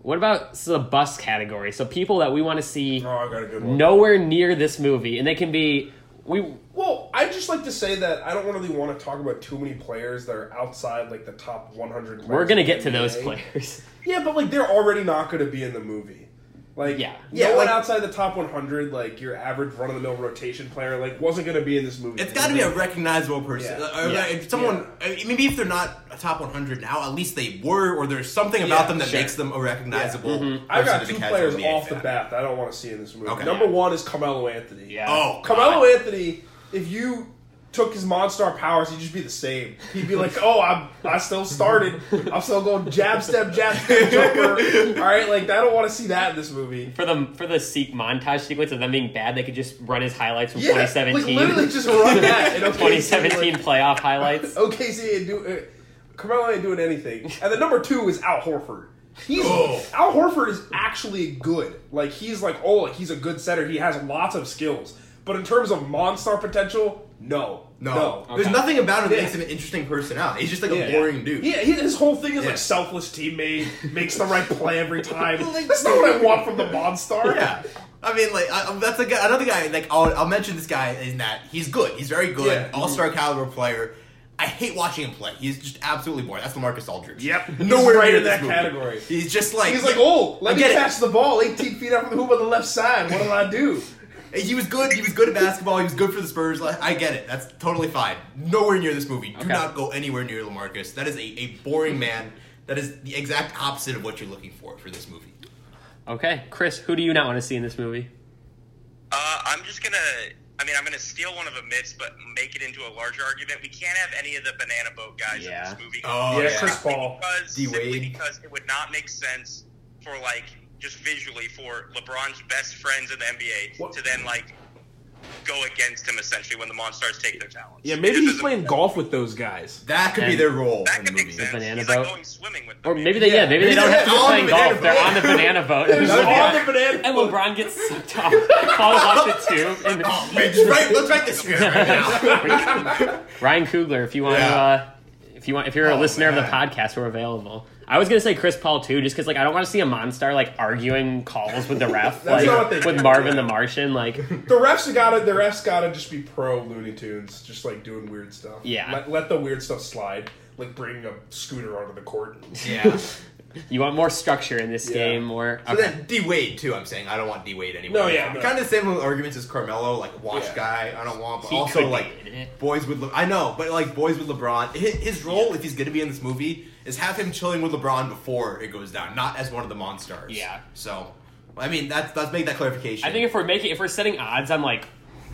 [SPEAKER 1] What about so the bus category? So people that we want to see
[SPEAKER 3] Oh, I got a good one.
[SPEAKER 1] nowhere near this movie, and they can be we.
[SPEAKER 3] Well, I just like to say that I don't really want to talk about too many players that are outside like the top 100.
[SPEAKER 1] We're gonna
[SPEAKER 3] players
[SPEAKER 1] get to
[SPEAKER 3] in the
[SPEAKER 1] those
[SPEAKER 3] NBA.
[SPEAKER 1] players.
[SPEAKER 3] Yeah, but like they're already not going to be in the movie. Like, yeah. no
[SPEAKER 11] Yeah,
[SPEAKER 3] one
[SPEAKER 11] like-
[SPEAKER 3] outside the top 100, like your average run of the mill rotation player, like wasn't going to be in this movie.
[SPEAKER 7] It's got to be a recognizable person.
[SPEAKER 3] Yeah.
[SPEAKER 7] Uh, uh,
[SPEAKER 3] Yeah.
[SPEAKER 7] if someone, uh, maybe if they're not a top 100 now, at least they were, or there's something about
[SPEAKER 3] Yeah,
[SPEAKER 7] them that
[SPEAKER 3] sure.
[SPEAKER 7] makes them a recognizable.
[SPEAKER 3] I've
[SPEAKER 7] person
[SPEAKER 3] got
[SPEAKER 7] to
[SPEAKER 3] two
[SPEAKER 7] the casual
[SPEAKER 3] players
[SPEAKER 7] NBA
[SPEAKER 3] off the
[SPEAKER 7] fan.
[SPEAKER 3] bat that I don't want to see in this movie.
[SPEAKER 7] Okay.
[SPEAKER 3] Number one is Carmelo Anthony. Yeah.
[SPEAKER 7] Oh,
[SPEAKER 3] Carmelo Anthony, if you took his Monstar powers, he'd just be the same. He'd be like, oh, I'm, I still started. I'm still going jab, step, jab, step, jumper. All right, like, I don't want to see that in this movie.
[SPEAKER 1] For the for the seek montage sequence of them being bad, they could just run his highlights from
[SPEAKER 3] Yeah, like,
[SPEAKER 1] 2017.
[SPEAKER 3] literally just run that in OKC,
[SPEAKER 1] 2017 playoff highlights.
[SPEAKER 3] OKC ain't do uh, Carmelo ain't doing anything. And the number two is Al Horford. He's
[SPEAKER 7] Oh.
[SPEAKER 3] Al Horford is actually good. Like he's like oh like he's a good setter. He has lots of skills. But in terms of monstar potential, no,
[SPEAKER 11] No.
[SPEAKER 3] no.
[SPEAKER 11] There's nothing about him that
[SPEAKER 3] Yeah.
[SPEAKER 11] makes him an interesting personality. He's just like
[SPEAKER 3] Yeah.
[SPEAKER 11] a boring dude.
[SPEAKER 3] Yeah, he, his whole thing is
[SPEAKER 11] Yeah.
[SPEAKER 3] like selfless teammate, makes the right play every time. That's not what I want from the monstar.
[SPEAKER 7] Yeah. I mean, like I, that's a guy, another guy. Like I'll, I'll mention this guy in that he's good. He's very good,
[SPEAKER 11] Yeah.
[SPEAKER 7] all star caliber player. I hate watching him play. He's just absolutely boring. That's Lamarcus Aldridge.
[SPEAKER 3] Yep, He's
[SPEAKER 7] nowhere
[SPEAKER 3] right
[SPEAKER 7] near
[SPEAKER 3] in
[SPEAKER 7] this
[SPEAKER 3] that
[SPEAKER 7] movie.
[SPEAKER 3] category.
[SPEAKER 7] He's just like
[SPEAKER 3] He's like, oh,
[SPEAKER 7] I
[SPEAKER 3] let me
[SPEAKER 7] get it.
[SPEAKER 3] catch the ball 18 feet out from the hoop on the left side. What did I do?
[SPEAKER 7] He was good. He was good at basketball. He was good for the Spurs. Like, I get it. That's totally fine. Nowhere near this movie. Do not go anywhere near Lamarcus. That is a, a boring man. That is the exact opposite of what you're looking for for this movie.
[SPEAKER 1] Okay, Chris, who do you not want to see in this movie?
[SPEAKER 12] Uh, I'm just gonna. I mean, I'm gonna steal one of the myths, but make it into a larger argument. We can't have any of the banana boat guys in this movie.
[SPEAKER 7] Oh,
[SPEAKER 3] yeah,
[SPEAKER 7] yeah.
[SPEAKER 3] Chris Paul.
[SPEAKER 12] because
[SPEAKER 7] D.
[SPEAKER 12] simply
[SPEAKER 7] Wade.
[SPEAKER 12] because it would not make sense for like just visually for LeBron's best friends in the NBA to then like go against him essentially when the Monstars take their talent.
[SPEAKER 3] Yeah, maybe he's playing golf with those guys.
[SPEAKER 7] That
[SPEAKER 1] could be their
[SPEAKER 7] role
[SPEAKER 1] That
[SPEAKER 7] in the movie.
[SPEAKER 1] The banana boat. or maybe they,
[SPEAKER 3] Oh, Yeah.
[SPEAKER 1] yeah, maybe they
[SPEAKER 3] Maybe
[SPEAKER 1] don't
[SPEAKER 3] they're
[SPEAKER 1] have to be
[SPEAKER 3] on
[SPEAKER 1] playing
[SPEAKER 3] the
[SPEAKER 1] golf.
[SPEAKER 3] banana
[SPEAKER 1] They're
[SPEAKER 3] boat.
[SPEAKER 1] on the banana boat.
[SPEAKER 3] They're
[SPEAKER 1] and,
[SPEAKER 3] just
[SPEAKER 1] LeBron,
[SPEAKER 3] on the banana
[SPEAKER 1] and LeBron gets sucked off, falls off the tube. And
[SPEAKER 7] right, let's write this script right
[SPEAKER 1] Ryan Coogler, if you want to,
[SPEAKER 7] Yeah.
[SPEAKER 1] uh, if you want, if you're
[SPEAKER 3] Oh,
[SPEAKER 1] a listener of the podcast, we're available. I was gonna say Chris Paul too, just because like I don't want to see a monstar like arguing calls with the ref, like
[SPEAKER 3] That's not what they
[SPEAKER 1] with
[SPEAKER 3] do,
[SPEAKER 1] Marvin the Martian. Like,
[SPEAKER 3] The refs gotta. The refs gotta just be pro Looney Tunes, just like doing weird stuff.
[SPEAKER 1] Yeah.
[SPEAKER 3] Let, let the weird stuff slide, like bringing a scooter onto the court.
[SPEAKER 7] Yeah.
[SPEAKER 1] you want more structure in this game, more.
[SPEAKER 7] So then D Wade too. I'm saying I don't want D Wade anymore.
[SPEAKER 3] No, yeah, no.
[SPEAKER 7] kind of the same arguments as Carmelo, like watch
[SPEAKER 3] Yeah.
[SPEAKER 7] guy. I don't want, but
[SPEAKER 1] He could
[SPEAKER 7] also
[SPEAKER 1] be
[SPEAKER 7] like
[SPEAKER 1] in it.
[SPEAKER 7] boys with. Le- I know, but like boys with LeBron. His, his role, if he's gonna be in this movie, is have him chilling with LeBron before it goes down, not as one of the monsters.
[SPEAKER 1] Yeah.
[SPEAKER 7] So, I mean, that's let's make that clarification.
[SPEAKER 1] I think if we're making if we're setting odds on like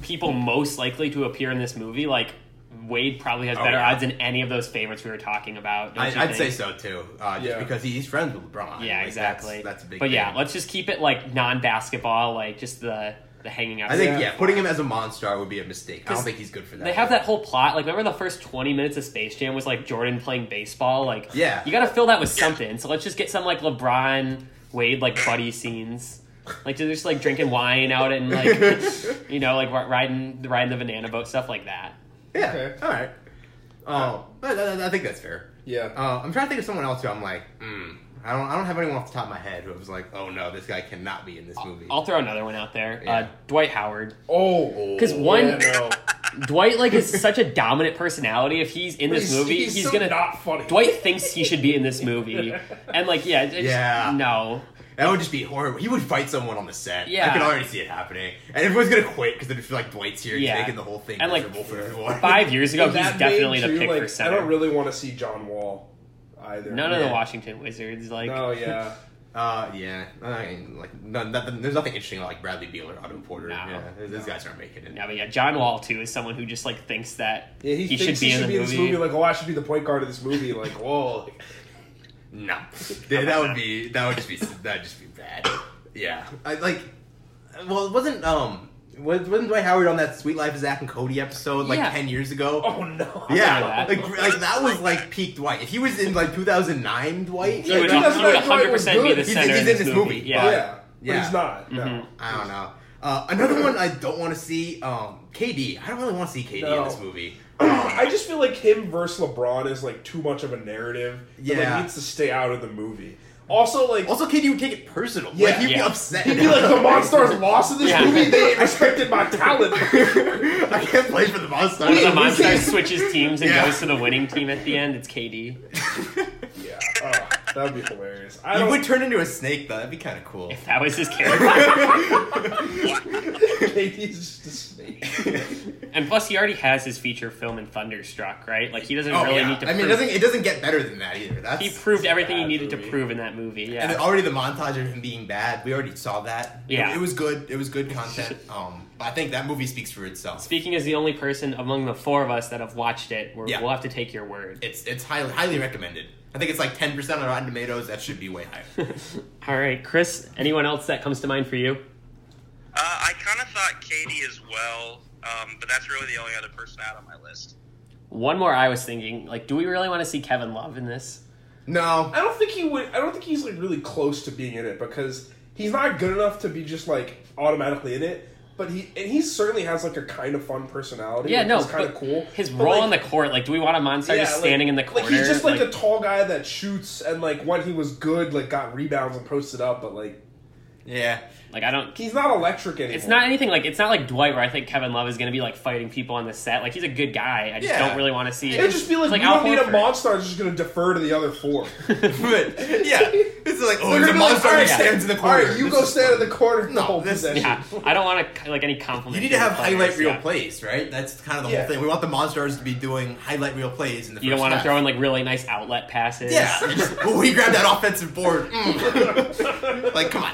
[SPEAKER 1] people most likely to appear in this movie, like Wade probably has
[SPEAKER 7] Oh,
[SPEAKER 1] better
[SPEAKER 7] yeah.
[SPEAKER 1] odds than any of those favorites we were talking about. don't you
[SPEAKER 7] I, I'd
[SPEAKER 1] think?
[SPEAKER 7] say so too, uh, just
[SPEAKER 3] Yeah.
[SPEAKER 7] because he- he's friends with LeBron.
[SPEAKER 1] Yeah,
[SPEAKER 7] Like,
[SPEAKER 1] exactly.
[SPEAKER 7] That's, that's a big.
[SPEAKER 1] But yeah,
[SPEAKER 7] thing.
[SPEAKER 1] let's just keep it like non-basketball, like just the the hanging out.
[SPEAKER 7] I think
[SPEAKER 1] stuff.
[SPEAKER 7] yeah, putting him as a monster would be a mistake. I don't think he's good for that.
[SPEAKER 1] They have that whole plot. Like, remember the first 20 minutes of Space Jam was like Jordan playing baseball? Like,
[SPEAKER 7] Yeah.
[SPEAKER 1] You got to fill that with something. So let's just get some like LeBron, Wade, like buddy scenes. Like, they're just like drinking wine out and like, you know, like ri- riding, riding the banana boat, stuff like that.
[SPEAKER 7] Yeah.
[SPEAKER 3] Okay.
[SPEAKER 7] All right. Oh, but I, I- I think that's fair.
[SPEAKER 3] Yeah.
[SPEAKER 7] Uh, I'm trying to think of someone else who I'm like, mm, I don't, I don't have anyone off the top of my head who I was like, oh no, this guy cannot be in this movie.
[SPEAKER 1] I'll throw another one out there
[SPEAKER 7] Yeah.
[SPEAKER 1] uh, Dwight Howard.
[SPEAKER 3] Oh,
[SPEAKER 1] Because one,
[SPEAKER 3] yeah, no.
[SPEAKER 1] Dwight, like, is such a dominant personality. If he's in
[SPEAKER 3] But
[SPEAKER 1] this
[SPEAKER 3] he's-
[SPEAKER 1] movie,
[SPEAKER 3] he's
[SPEAKER 1] he's,
[SPEAKER 3] so
[SPEAKER 1] gonna.
[SPEAKER 3] not funny.
[SPEAKER 1] Dwight thinks he should be in this movie. And, like, yeah. it's-
[SPEAKER 7] Yeah.
[SPEAKER 1] No.
[SPEAKER 7] That would just be horrible. He would fight someone on the set. I
[SPEAKER 1] Yeah.
[SPEAKER 7] could already see it happening, and everyone's gonna quit because they just feel like Dwight's here,
[SPEAKER 1] Yeah.
[SPEAKER 7] he's making the whole thing
[SPEAKER 1] And, like,
[SPEAKER 7] miserable for everyone.
[SPEAKER 1] Five years ago,
[SPEAKER 3] And that
[SPEAKER 1] he's definitely
[SPEAKER 3] made,
[SPEAKER 1] the
[SPEAKER 3] too,
[SPEAKER 1] pick
[SPEAKER 3] like,
[SPEAKER 1] for
[SPEAKER 3] I
[SPEAKER 1] center.
[SPEAKER 3] don't really want to see John Wall either.
[SPEAKER 1] None of the
[SPEAKER 7] Yeah.
[SPEAKER 1] Washington Wizards, like
[SPEAKER 3] No, yeah.
[SPEAKER 7] Uh, yeah. I mean, like, no, nothing, there's nothing interesting about, like Bradley Beal or Otto Porter.
[SPEAKER 1] No.
[SPEAKER 7] yeah, these guys aren't making it.
[SPEAKER 1] no, but yeah, John Wall too is someone who just like thinks that
[SPEAKER 3] Yeah, he,
[SPEAKER 1] he,
[SPEAKER 3] thinks
[SPEAKER 1] should be
[SPEAKER 3] he
[SPEAKER 1] in the
[SPEAKER 3] should be in this
[SPEAKER 1] movie.
[SPEAKER 3] movie. Like, oh, I should be the point guard of this movie. Like, whoa. like,
[SPEAKER 7] No, Th- that would be that would just be that would just be bad. Yeah, I like. Well, it wasn't um was- wasn't Dwight Howard on that Sweet Life of Zach and Cody episode like
[SPEAKER 1] Yeah.
[SPEAKER 7] ten years ago?
[SPEAKER 3] oh no.
[SPEAKER 7] yeah,
[SPEAKER 1] remember
[SPEAKER 7] like like that was like peak Dwight. If he was in like 2009 Dwight,
[SPEAKER 1] he would,
[SPEAKER 3] That doesn't
[SPEAKER 1] he would
[SPEAKER 3] make Dwight
[SPEAKER 1] 100% be
[SPEAKER 3] look
[SPEAKER 1] the
[SPEAKER 3] good.
[SPEAKER 7] He's-
[SPEAKER 1] center
[SPEAKER 7] he's
[SPEAKER 1] of
[SPEAKER 7] in
[SPEAKER 1] this,
[SPEAKER 7] this
[SPEAKER 1] movie.
[SPEAKER 7] movie,
[SPEAKER 1] Yeah.
[SPEAKER 3] Yeah.
[SPEAKER 1] yeah, Mm-hmm.
[SPEAKER 3] But
[SPEAKER 7] Yeah.
[SPEAKER 3] he's not. No.
[SPEAKER 7] I don't know. Uh, another one I don't want to see um KD. I don't really want to see KD in
[SPEAKER 3] No.
[SPEAKER 7] this movie.
[SPEAKER 3] I just feel like him versus LeBron is like too much of a narrative. Yeah, that,
[SPEAKER 7] Yeah.
[SPEAKER 3] like, needs to stay out of the movie. Also, like,
[SPEAKER 7] Also, KD would take it personal.
[SPEAKER 3] Yeah.
[SPEAKER 7] like he'd be
[SPEAKER 1] Yeah.
[SPEAKER 7] upset.
[SPEAKER 3] He'd be like, the Monstars lost in this
[SPEAKER 1] Yeah.
[SPEAKER 3] movie. They respected my talent.
[SPEAKER 7] I can't play for the monster.
[SPEAKER 3] Oh,
[SPEAKER 1] One of the monsters switches teams and
[SPEAKER 7] Yeah.
[SPEAKER 1] goes to the winning team at the end. It's KD.
[SPEAKER 3] yeah. uh, That'd be hilarious. I
[SPEAKER 7] He
[SPEAKER 3] don't-
[SPEAKER 7] would turn into a snake though. That'd be kind of cool. If
[SPEAKER 1] that was his character.
[SPEAKER 3] Katie's just a snake.
[SPEAKER 1] And plus, he already has his feature film in Thunderstruck, right? Like he doesn't
[SPEAKER 7] Oh,
[SPEAKER 1] really
[SPEAKER 7] yeah.
[SPEAKER 1] need to.
[SPEAKER 7] I mean, it
[SPEAKER 1] prove-
[SPEAKER 7] doesn't- it doesn't get better than that either. That's-
[SPEAKER 1] he proved everything he
[SPEAKER 7] bad
[SPEAKER 1] needed
[SPEAKER 7] movie.
[SPEAKER 1] to prove in that movie. Yeah.
[SPEAKER 7] And then already the montage of him being bad, we already saw that.
[SPEAKER 1] Yeah.
[SPEAKER 7] It, was good. It was good content. um, but I think that movie speaks for itself.
[SPEAKER 1] Speaking as the only person among the four of us that have watched it, we're, we'll have to take your word.
[SPEAKER 7] It's it's highly highly recommended. I think it's like ten percent on Rotten Tomatoes. That should be way higher.
[SPEAKER 1] All right, Chris. Anyone else that comes to mind for you?
[SPEAKER 12] Uh, um,
[SPEAKER 1] One more I was thinking, like, do we really want to see Kevin Love in this?
[SPEAKER 7] No.
[SPEAKER 3] I don't think he would. I don't think he's like really close to being in it because he's not good enough to be just like automatically in it. But he and he certainly has like a kind of fun personality.
[SPEAKER 1] yeah,
[SPEAKER 3] like,
[SPEAKER 1] no.
[SPEAKER 3] he's kind of
[SPEAKER 1] but
[SPEAKER 3] cool.
[SPEAKER 1] His
[SPEAKER 3] But,
[SPEAKER 1] role
[SPEAKER 3] like,
[SPEAKER 1] on the court, like, do we want a monster
[SPEAKER 3] yeah,
[SPEAKER 1] just
[SPEAKER 3] like-
[SPEAKER 1] standing in the corner?
[SPEAKER 3] Like he's just like, the tall guy that shoots and like when he was good, like got rebounds and posted up. But like,
[SPEAKER 7] yeah,
[SPEAKER 1] like I don't.
[SPEAKER 3] He's not electric anymore.
[SPEAKER 1] It's not anything like it's not like Dwight where I think Kevin Love is going to be like fighting people on the set. Like he's a good guy. I just
[SPEAKER 3] Yeah.
[SPEAKER 1] don't really want to see
[SPEAKER 3] It'd just be like,
[SPEAKER 1] like
[SPEAKER 3] you
[SPEAKER 1] Al
[SPEAKER 3] don't need a
[SPEAKER 1] Horford.
[SPEAKER 3] monster. It's just gonna defer to the other four.
[SPEAKER 7] yeah, it's like oh,
[SPEAKER 3] They're
[SPEAKER 7] there's
[SPEAKER 3] gonna be
[SPEAKER 7] a
[SPEAKER 3] like,
[SPEAKER 7] monster
[SPEAKER 3] all
[SPEAKER 7] who
[SPEAKER 3] right,
[SPEAKER 7] stands in the
[SPEAKER 3] all
[SPEAKER 7] corner.
[SPEAKER 3] right, you go stand in the corner. No,
[SPEAKER 1] Yeah, I don't want to like any compliment.
[SPEAKER 7] You need to have highlight reel
[SPEAKER 1] real
[SPEAKER 7] plays, right? That's kind of the
[SPEAKER 1] Yeah.
[SPEAKER 7] whole thing. We want the monsters to be doing highlight reel plays in the.
[SPEAKER 1] You
[SPEAKER 7] first
[SPEAKER 1] don't want to
[SPEAKER 7] half.
[SPEAKER 1] throw in like really nice outlet passes.
[SPEAKER 7] Yeah, just, oh, he grabbed that offensive board. Mm. like, come on.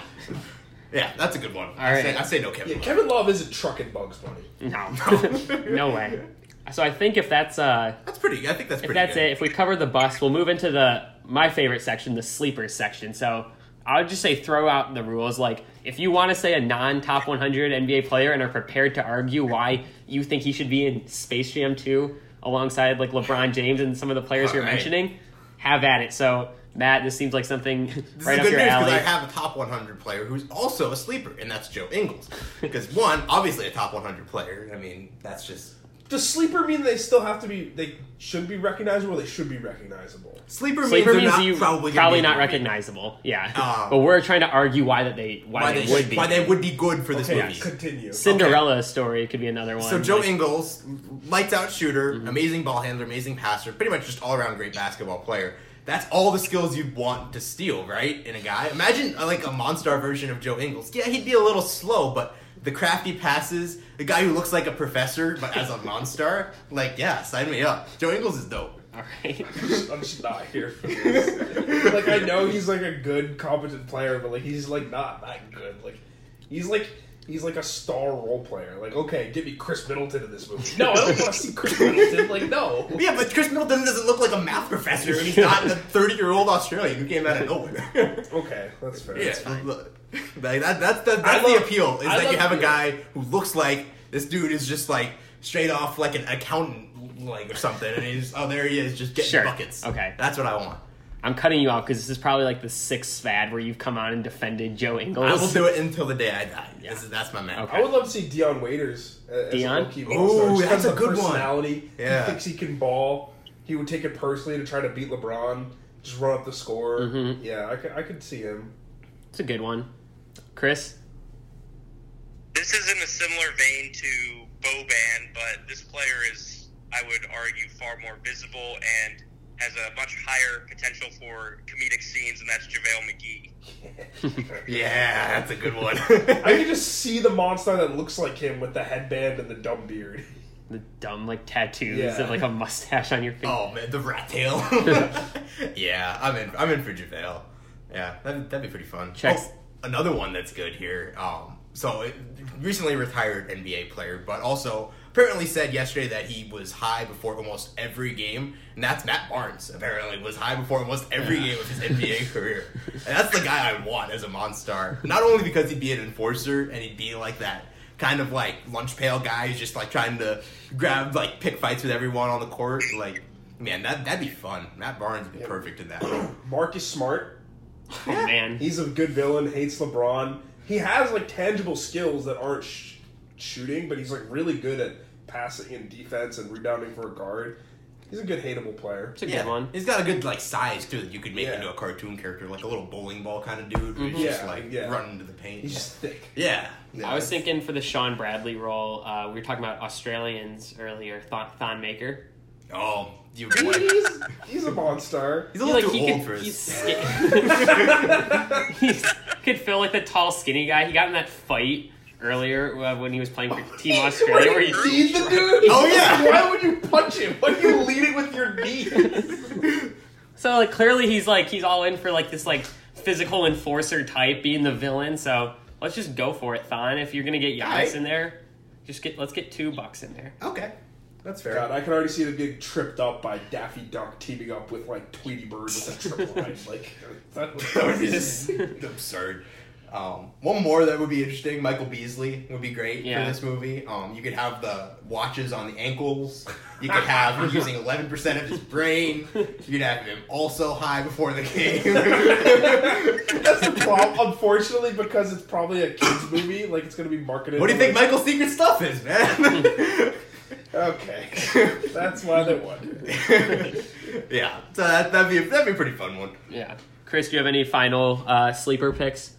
[SPEAKER 7] Yeah, that's a good one. I,
[SPEAKER 1] right.
[SPEAKER 7] say, I say no, Kevin.
[SPEAKER 3] Yeah, Kevin Love isn't trucking Bugs Bunny.
[SPEAKER 1] No, no way. So I think if that's uh,
[SPEAKER 7] that's pretty. I think that's
[SPEAKER 1] if
[SPEAKER 7] pretty
[SPEAKER 1] that's
[SPEAKER 7] good.
[SPEAKER 1] it. If we cover the bus, we'll move into the my favorite section, the sleepers section. So I would just say throw out the rules. Like if you want to say a non top 100 NBA player and are prepared to argue why you think he should be in Space Jam 2 alongside like LeBron James and some of the players you're
[SPEAKER 7] All right.
[SPEAKER 1] mentioning, have at it. So Matt, this seems like something
[SPEAKER 7] This
[SPEAKER 1] right
[SPEAKER 7] is
[SPEAKER 1] up
[SPEAKER 7] good
[SPEAKER 1] your
[SPEAKER 7] news
[SPEAKER 1] alley.
[SPEAKER 7] because I have a top 100 player who's also a sleeper, and that's Joe Ingles. Because one, obviously a top 100 player. I mean, that's just
[SPEAKER 3] Does sleeper mean they still have to be? They should be recognizable. or They should be recognizable.
[SPEAKER 7] Sleeper
[SPEAKER 1] Sleeper means
[SPEAKER 7] not
[SPEAKER 1] you
[SPEAKER 7] probably
[SPEAKER 1] probably,
[SPEAKER 7] gonna be in
[SPEAKER 1] not
[SPEAKER 7] the movie.
[SPEAKER 1] recognizable. Yeah,
[SPEAKER 7] Oh.
[SPEAKER 1] but we're trying to argue why that they why,
[SPEAKER 7] why,
[SPEAKER 1] they,
[SPEAKER 7] they,
[SPEAKER 1] would
[SPEAKER 7] should-
[SPEAKER 1] be
[SPEAKER 7] why they would be good for this movie.
[SPEAKER 3] Continue.
[SPEAKER 1] Cinderella story could be another one.
[SPEAKER 7] So Joe
[SPEAKER 1] Like,
[SPEAKER 7] Ingles, lights out shooter, amazing ball handler, amazing passer, pretty much just all around great basketball player. That's all the skills you'd want to steal, right? In a guy. Imagine uh, like a monster version of Joe Ingles. Yeah, he'd be a little slow, but the crafty passes, the guy who looks like a professor but as a monster, like yeah, sign me up. Joe Ingles is dope.
[SPEAKER 1] All right.
[SPEAKER 3] I'm just not here for this. like I know he's like a good, competent player, but like he's like not that good. Like he's like he's like a star role player. Like okay, give me Chris Middleton in this movie. No, I don't want to see Chris Middleton. Like no.
[SPEAKER 7] Yeah, but Chris Middleton doesn't look like a math professor. and He's not the 30 year old Australian who came out of nowhere.
[SPEAKER 3] Okay, that's fair.
[SPEAKER 7] Yeah,
[SPEAKER 3] That's fine.
[SPEAKER 7] look, like that, that's the,
[SPEAKER 3] I
[SPEAKER 7] that's the
[SPEAKER 3] love-
[SPEAKER 7] appeal is
[SPEAKER 3] I
[SPEAKER 7] that you
[SPEAKER 3] love
[SPEAKER 7] have a
[SPEAKER 3] Beal.
[SPEAKER 7] guy who looks like this dude is just like straight off like an accountant like or something, and he's oh there he is just getting
[SPEAKER 1] Sure.
[SPEAKER 7] buckets.
[SPEAKER 1] Okay.
[SPEAKER 7] that's what I want.
[SPEAKER 1] I'm cutting you off because this is probably like the sixth fad where you've come out and defended Joe Ingles.
[SPEAKER 7] I will do it until the day I die. This is, that's my man.
[SPEAKER 1] Okay.
[SPEAKER 3] I would love to see Dion Waiters a- as
[SPEAKER 1] Deion?
[SPEAKER 3] a low-key
[SPEAKER 1] Ooh,
[SPEAKER 3] monster. Just has
[SPEAKER 7] that's a good one.
[SPEAKER 3] personality.
[SPEAKER 7] Yeah.
[SPEAKER 3] He thinks he can ball. He would take it personally to try to beat LeBron. Just run up the score.
[SPEAKER 7] Mm-hmm.
[SPEAKER 1] Mhm.
[SPEAKER 3] Yeah, I could, I could see him.
[SPEAKER 1] It's a good one, Chris.
[SPEAKER 12] This is in a similar vein to Boban, but this player is, I would argue, far more visible and has a much higher potential for comedic scenes, and that's JaVale McGee.
[SPEAKER 7] Yeah, that's a good one.
[SPEAKER 3] I can just see the monster that looks like him with the headband and the dumb beard.
[SPEAKER 1] The dumb like tattoos
[SPEAKER 3] Yeah.
[SPEAKER 1] and like a mustache on your face.
[SPEAKER 7] oh man, the rat tail. yeah, I'm in. I'm in for Javale. Yeah, that'd, that'd be pretty fun.
[SPEAKER 1] Checks.
[SPEAKER 7] Oh, another one that's good here. Um, so it, recently retired NBA player, but also apparently said yesterday that he was high before almost every game, and that's Matt Barnes. Apparently was high before almost every game of his NBA career, and that's the guy I want as a Monstar. Not only because he'd be an enforcer and he'd be like that. Kind of like lunch pail guy who's just like trying to grab like pick fights with everyone on the court. Like, man, that that'd be fun. Matt Barnes would be perfect in that.
[SPEAKER 3] Marcus Smart.
[SPEAKER 1] Oh, man,
[SPEAKER 3] He's a good villain. Hates LeBron. He has like tangible skills that aren't sh- shooting, but he's like really good at passing and defense and rebounding for a guard. He's a good hateable player.
[SPEAKER 1] it's a good one.
[SPEAKER 7] He's got a good like size too that you could make into a cartoon character, like a little bowling ball kind of dude. Who's
[SPEAKER 1] Mhm.
[SPEAKER 7] just
[SPEAKER 1] Yeah,
[SPEAKER 7] like
[SPEAKER 1] yeah.
[SPEAKER 7] running into the paint.
[SPEAKER 3] He's just thick.
[SPEAKER 7] yeah. yeah.
[SPEAKER 1] I was thinking for the Sean Bradley role, uh, we were talking about Australians earlier. Thon, Thon Maker.
[SPEAKER 7] Oh, you.
[SPEAKER 3] he's, he's a monster.
[SPEAKER 7] He's a little too
[SPEAKER 1] he
[SPEAKER 7] old
[SPEAKER 1] could,
[SPEAKER 7] for his.
[SPEAKER 1] he's skin- he's- could feel like the tall, skinny guy. He got in that fight earlier uh, when he was playing for Team Australia, where he
[SPEAKER 3] lead the dude.
[SPEAKER 1] Oh, yeah.
[SPEAKER 3] Why would you punch him? Oh, Why do you lead it with your knee?
[SPEAKER 1] So like clearly he's like he's all in for like this like physical enforcer type being the villain. So let's just go for it, Thon. If you're gonna get Giannis
[SPEAKER 3] Alright.
[SPEAKER 1] in there, just get let's get two bucks in there.
[SPEAKER 7] Okay. That's fair.
[SPEAKER 3] God, I can already see them getting tripped up by Daffy Duck teaming up with like Tweety Bird with a triple right. Like that would,
[SPEAKER 7] that would be just absurd. Um, one more that would be interesting. Michael Beasley would be great
[SPEAKER 1] Yeah.
[SPEAKER 7] for this movie. Um, you could have the watches on the ankles. You could have him using eleven percent of his brain. You could have him also high before the game.
[SPEAKER 3] That's the problem, unfortunately, because it's probably a kids movie. Like it's going to be marketed.
[SPEAKER 7] what do you think
[SPEAKER 3] like-
[SPEAKER 7] Michael's secret stuff is, man?
[SPEAKER 3] Okay, that's why they won.
[SPEAKER 7] yeah, so that, that'd be that'd be a pretty fun one.
[SPEAKER 1] Yeah. Chris, do you have any final uh, sleeper picks?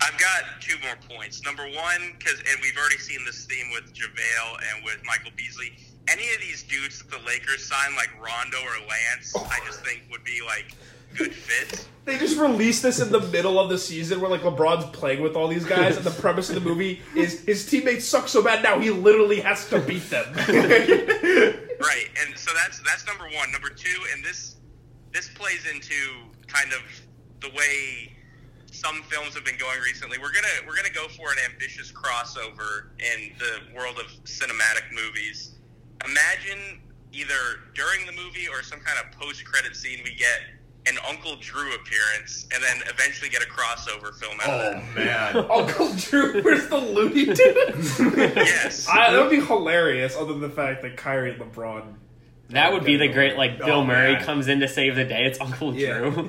[SPEAKER 12] I've got two more points. Number one, because and we've already seen this theme with JaVale and with Michael Beasley. Any of these dudes that the Lakers sign, like Rondo or Lance, I just think would be like good fits.
[SPEAKER 3] They just released this in the middle of the season where like LeBron's playing with all these guys, and the premise of the movie is his teammates suck so bad now he literally has to beat them.
[SPEAKER 12] right and so that's that's number one number two and this this plays into kind of the way some films have been going recently we're gonna we're gonna go for an ambitious crossover in the world of cinematic movies imagine either during the movie or some kind of post-credit scene we get an uncle drew appearance and then eventually get a crossover film out of
[SPEAKER 7] Oh
[SPEAKER 12] it
[SPEAKER 7] man,
[SPEAKER 3] Uncle Drew, where's the Looney Tunes?
[SPEAKER 12] yes
[SPEAKER 3] I, that would be hilarious, other than the fact that Kyrie and LeBron.
[SPEAKER 1] That would be the great like Bill
[SPEAKER 3] Oh,
[SPEAKER 1] Murray
[SPEAKER 3] man.
[SPEAKER 1] comes in to save the day. It's Uncle Drew.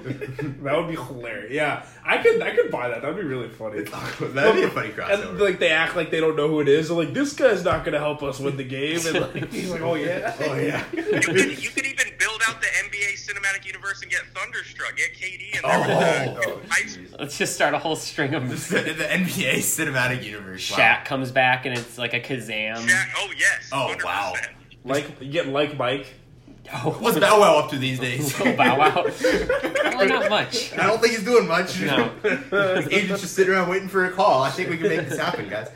[SPEAKER 3] That would be hilarious. Yeah, I could, I could buy that. That'd be really funny.
[SPEAKER 7] that'd be a funny crossover.
[SPEAKER 3] And like they act like they don't know who it is. They're like, this guy's not gonna help us win the game. And like, he's like, oh yeah,
[SPEAKER 7] Oh yeah.
[SPEAKER 12] you could even build out the nba cinematic universe and get thunderstruck get kd and
[SPEAKER 7] Oh,
[SPEAKER 1] Let's just start a whole string of
[SPEAKER 7] the, the NBA cinematic universe. Wow.
[SPEAKER 1] Shaq comes back and it's like a Kazam.
[SPEAKER 12] oh yes
[SPEAKER 7] Oh wow.
[SPEAKER 3] like you get like Mike.
[SPEAKER 7] What's Bow Wow up to these days?
[SPEAKER 1] Oh, Bow Wow. Probably not much.
[SPEAKER 7] I don't think he's doing much.
[SPEAKER 1] No.
[SPEAKER 7] His agent's just sitting around waiting for a call. I think we can make this happen, guys.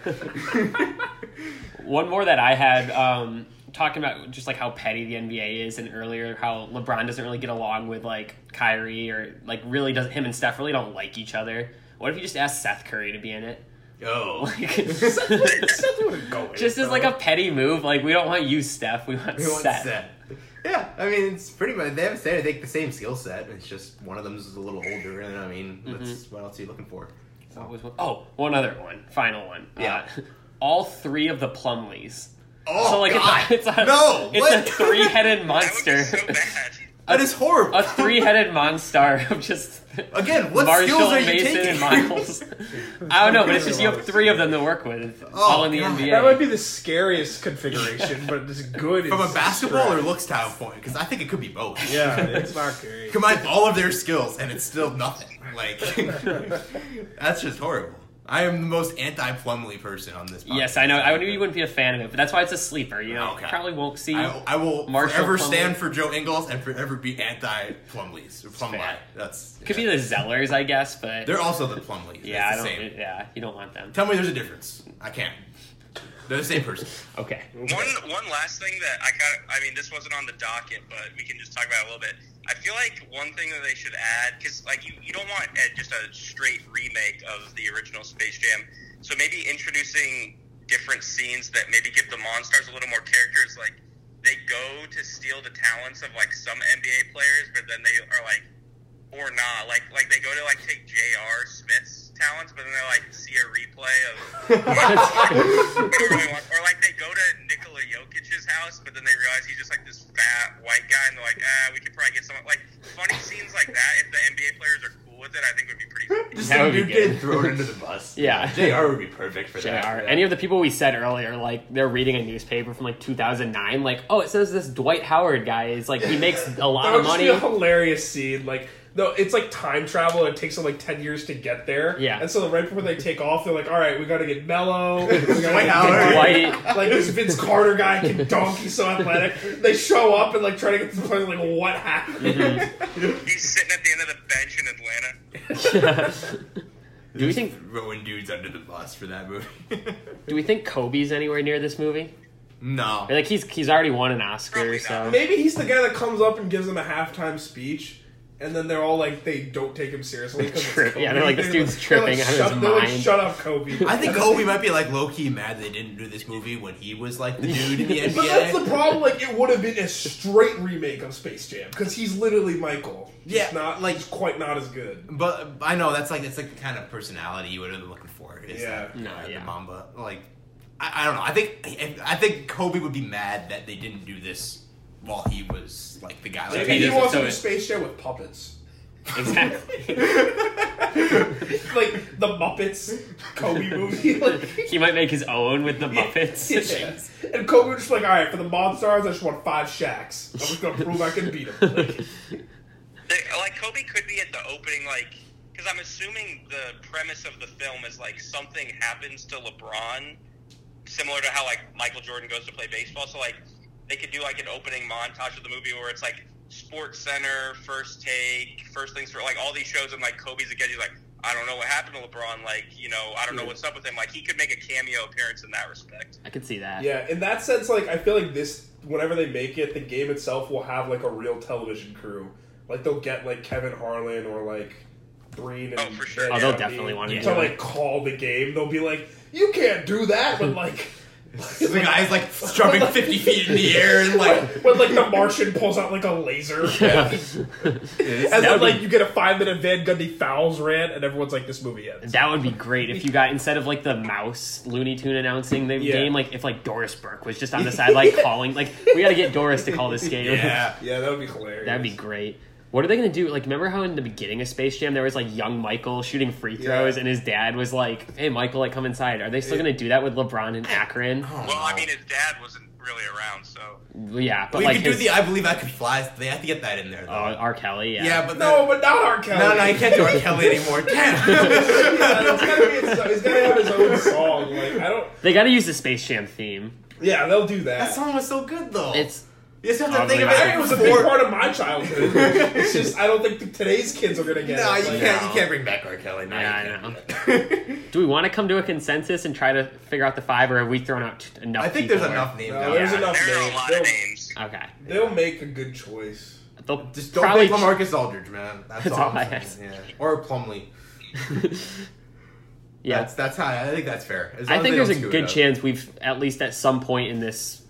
[SPEAKER 1] One more that I had um, talking about just like how petty the NBA is, and earlier how LeBron doesn't really get along with like Kyrie or like really does him and Steph really don't like each other. What if you just asked Seth Curry to be in it?
[SPEAKER 7] Yo.
[SPEAKER 1] Like,
[SPEAKER 3] That's what it go.
[SPEAKER 1] just as like a petty move. Like we don't want you, Steph. We want,
[SPEAKER 7] We want
[SPEAKER 1] Seth.
[SPEAKER 7] Seth. Yeah, I mean, it's pretty much, they haven't said, I think, the same skill set. It's just one of them's a little older, and I mean,
[SPEAKER 1] Mm-hmm.
[SPEAKER 7] that's, what else are you looking for?
[SPEAKER 1] What was one- Oh, one other one, final one.
[SPEAKER 7] Yeah.
[SPEAKER 1] Uh, all three of the Plumleys.
[SPEAKER 7] Oh,
[SPEAKER 1] so like
[SPEAKER 7] God.
[SPEAKER 1] It's, a, it's a
[SPEAKER 7] No,
[SPEAKER 1] it's
[SPEAKER 7] what?
[SPEAKER 1] a three-headed monster.
[SPEAKER 7] That is horrible.
[SPEAKER 1] a three-headed monster of just
[SPEAKER 7] Again, what
[SPEAKER 1] Marshall,
[SPEAKER 7] skills are you
[SPEAKER 1] Mason,
[SPEAKER 7] taking?
[SPEAKER 1] and Miles. I don't know, but it's just you have three of them to work with, all in the
[SPEAKER 7] Oh, God.
[SPEAKER 1] NBA.
[SPEAKER 3] That might be the scariest configuration, but it's good.
[SPEAKER 7] From
[SPEAKER 3] it's
[SPEAKER 7] a basketball
[SPEAKER 3] stretched.
[SPEAKER 7] or looks standpoint, because I think it could be both.
[SPEAKER 3] Yeah, it's not great.
[SPEAKER 7] combine all of their skills and it's still nothing. Like that's just horrible. I am the most anti Plumley person on this. Podcast.
[SPEAKER 1] yes, I know. I knew you wouldn't be a fan of it, but that's why it's a sleeper. You know,
[SPEAKER 7] Okay.
[SPEAKER 1] probably won't see.
[SPEAKER 7] I, I will
[SPEAKER 1] Marshall
[SPEAKER 7] forever
[SPEAKER 1] Plumlee.
[SPEAKER 7] stand for Joe Ingles and forever be anti Plumleys or Plumley. That's
[SPEAKER 1] Could be the Zellers, I guess, but
[SPEAKER 7] they're also the Plumleys.
[SPEAKER 1] yeah, I
[SPEAKER 7] it's
[SPEAKER 1] don't.
[SPEAKER 7] the same.
[SPEAKER 1] Yeah, you don't want them.
[SPEAKER 7] Tell me there's a difference. I can't. They're the same person.
[SPEAKER 1] Okay.
[SPEAKER 12] One one last thing that I got. I mean, this wasn't on the docket, but we can just talk about it a little bit. I feel like one thing that they should add, because like you, you don't want uh, just a straight remake of the original Space Jam, so maybe introducing different scenes that maybe give the Monstars a little more characters. Like they go to steal the talents of like some NBA players, but then they are like, or not. Like like they go to like take J.R. Smith's talents, but then they like see a replay of. or like they go to Nikola Jokic's house, but then they realize he's just like this fat white guy, and they're like, ah, we could probably get someone like funny scenes like that. If the NBA players are cool with it, I think would be pretty. Funny.
[SPEAKER 7] Just
[SPEAKER 1] That
[SPEAKER 7] a
[SPEAKER 1] would be
[SPEAKER 7] dude
[SPEAKER 1] good.
[SPEAKER 7] getting thrown under the bus.
[SPEAKER 1] Yeah.
[SPEAKER 7] Jr. would be perfect for
[SPEAKER 1] JR.
[SPEAKER 7] that.
[SPEAKER 1] Any of the people we said earlier, like they're reading a newspaper from like 2009, like, oh, it says this Dwight Howard guy is like, he makes a lot
[SPEAKER 3] That
[SPEAKER 1] of
[SPEAKER 3] would just be
[SPEAKER 1] money.
[SPEAKER 3] a hilarious scene. Like No, it's like time travel. and It takes them like ten years to get there.
[SPEAKER 1] Yeah.
[SPEAKER 3] And so right before they take off, they're like, "All right, we got to get Mello, we gotta
[SPEAKER 11] Dwight
[SPEAKER 3] get
[SPEAKER 11] Howard.
[SPEAKER 3] Dwight. like this Vince Carter guy can dunk. He's so athletic." They show up and like try to get to the point. Like, what happened?
[SPEAKER 1] Do we think
[SPEAKER 7] throwing dudes under the bus for that movie?
[SPEAKER 1] do we think Kobe's anywhere near this movie?
[SPEAKER 7] No.
[SPEAKER 1] Like he's he's already won an Oscar, so
[SPEAKER 3] Maybe he's the guy that comes up and gives them a halftime speech, and then they're all like, they don't take him seriously. 'cause it's
[SPEAKER 1] Trip- yeah,
[SPEAKER 3] Kobe.
[SPEAKER 1] they're like, this dude's tripping
[SPEAKER 3] they're
[SPEAKER 1] out of
[SPEAKER 3] shut,
[SPEAKER 1] his
[SPEAKER 3] they're like,
[SPEAKER 1] mind.
[SPEAKER 3] shut up, Kobe.
[SPEAKER 7] I think Kobe might be like low key mad they didn't do this movie when he was like the dude in the NBA.
[SPEAKER 3] But that's the problem. Like, it would have been a straight remake of Space Jam because he's literally Michael.
[SPEAKER 7] Yeah,
[SPEAKER 3] He's not like quite not as good.
[SPEAKER 7] But I know that's like that's like the kind of personality you would have been looking for. Is
[SPEAKER 3] Yeah.
[SPEAKER 7] that,
[SPEAKER 3] No,
[SPEAKER 7] uh,
[SPEAKER 3] yeah.
[SPEAKER 7] the Mamba. Like I, I don't know. I think I think Kobe would be mad that they didn't do this while he was like the guy. Like,
[SPEAKER 3] Maybe he
[SPEAKER 7] doesn't-
[SPEAKER 3] wants to
[SPEAKER 7] so
[SPEAKER 3] do
[SPEAKER 7] it-
[SPEAKER 3] Space Jam with puppets.
[SPEAKER 1] Exactly.
[SPEAKER 3] like the Muppets Kobe movie. Like,
[SPEAKER 1] he might make his own with the Muppets.
[SPEAKER 3] yes. And Kobe was just like, all right, for the Monstars, I just want five shacks. I'm just gonna prove I can beat him. Like,
[SPEAKER 12] like Kobe could be at the opening, like because I'm assuming the premise of the film is like something happens to LeBron, similar to how like Michael Jordan goes to play baseball. So like they could do like an opening montage of the movie where it's like Sports Center, First Take, First Things for like all these shows, and like Kobe's again, he's like. I don't know what happened to LeBron. Like, you know, I don't know what's up with him. Like, he could make a cameo appearance in that respect.
[SPEAKER 1] I could see that.
[SPEAKER 3] yeah, in that sense, like I feel like this, whenever they make it, the game itself will have like a real television crew. Like they'll get like Kevin Harlan or like Breen and oh, for
[SPEAKER 1] Oh, they'll definitely wanna
[SPEAKER 3] to
[SPEAKER 1] do it.
[SPEAKER 3] like call the game. They'll be like, you can't do that, but like.
[SPEAKER 7] the guy's like jumping 50 feet in the air and like
[SPEAKER 3] when like the Martian pulls out like a laser, and
[SPEAKER 1] That
[SPEAKER 3] then
[SPEAKER 1] would
[SPEAKER 3] like you get a five minute Van Gundy fouls rant, and everyone's like, "This movie ends."
[SPEAKER 1] That would be great if you got instead of like the mouse Looney Tune announcing the
[SPEAKER 3] Yeah.
[SPEAKER 1] game, like if like Doris Burke was just on the side like calling, like we got to get Doris to call this game.
[SPEAKER 3] yeah, that would be hilarious.
[SPEAKER 1] that'd be great. What are they gonna do? Like, remember how in the beginning of Space Jam there was like young Michael shooting free throws, and his dad was like, "Hey, Michael, like come inside." Are they still
[SPEAKER 12] Yeah. Oh.
[SPEAKER 1] gonna do that with LeBron and Akron?
[SPEAKER 12] Well, I mean, his dad wasn't really around, so.
[SPEAKER 1] yeah, but
[SPEAKER 7] we
[SPEAKER 1] like
[SPEAKER 7] could
[SPEAKER 1] his- Oh.
[SPEAKER 7] do the I believe I could fly. They have to get that in there though.
[SPEAKER 1] uh, R. Kelly. Yeah.
[SPEAKER 7] Yeah, but
[SPEAKER 3] no, but not R. Kelly.
[SPEAKER 7] No, no, you can't do R. Kelly anymore.
[SPEAKER 3] Damn. He's gotta have his own song. Like I don't.
[SPEAKER 1] They got to use the Space Jam theme.
[SPEAKER 3] Yeah, they'll do that. That
[SPEAKER 7] song was so good though.
[SPEAKER 1] It's
[SPEAKER 7] You just have to
[SPEAKER 1] Oddly
[SPEAKER 7] think of
[SPEAKER 1] Mad.
[SPEAKER 7] it.
[SPEAKER 3] It was a big part of my childhood. It's just I don't think that today's kids are gonna get.
[SPEAKER 7] No,
[SPEAKER 3] it.
[SPEAKER 7] you
[SPEAKER 3] Like,
[SPEAKER 7] can't. You can't bring back R. Kelly. No, you
[SPEAKER 1] yeah, I know. do we want to come to a consensus and try to figure out the five, or have we thrown out t- enough?
[SPEAKER 7] I think there's
[SPEAKER 1] people?
[SPEAKER 7] enough names.
[SPEAKER 3] No,
[SPEAKER 7] out
[SPEAKER 3] there's
[SPEAKER 7] there.
[SPEAKER 3] enough names. They'll,
[SPEAKER 1] Okay.
[SPEAKER 3] they'll make a good choice.
[SPEAKER 1] They'll
[SPEAKER 7] Just don't
[SPEAKER 1] probably
[SPEAKER 7] pick Lamarcus Aldridge, man. That's,
[SPEAKER 1] That's all
[SPEAKER 7] all, I'm
[SPEAKER 1] I
[SPEAKER 7] saying. Yeah. Or Plumlee.
[SPEAKER 1] Yeah.
[SPEAKER 7] that's that's how I think that's fair. As long
[SPEAKER 1] I
[SPEAKER 7] as
[SPEAKER 1] think
[SPEAKER 7] they
[SPEAKER 1] there's a
[SPEAKER 7] don't screw it
[SPEAKER 1] good
[SPEAKER 7] up.
[SPEAKER 1] chance we've at least at some point in this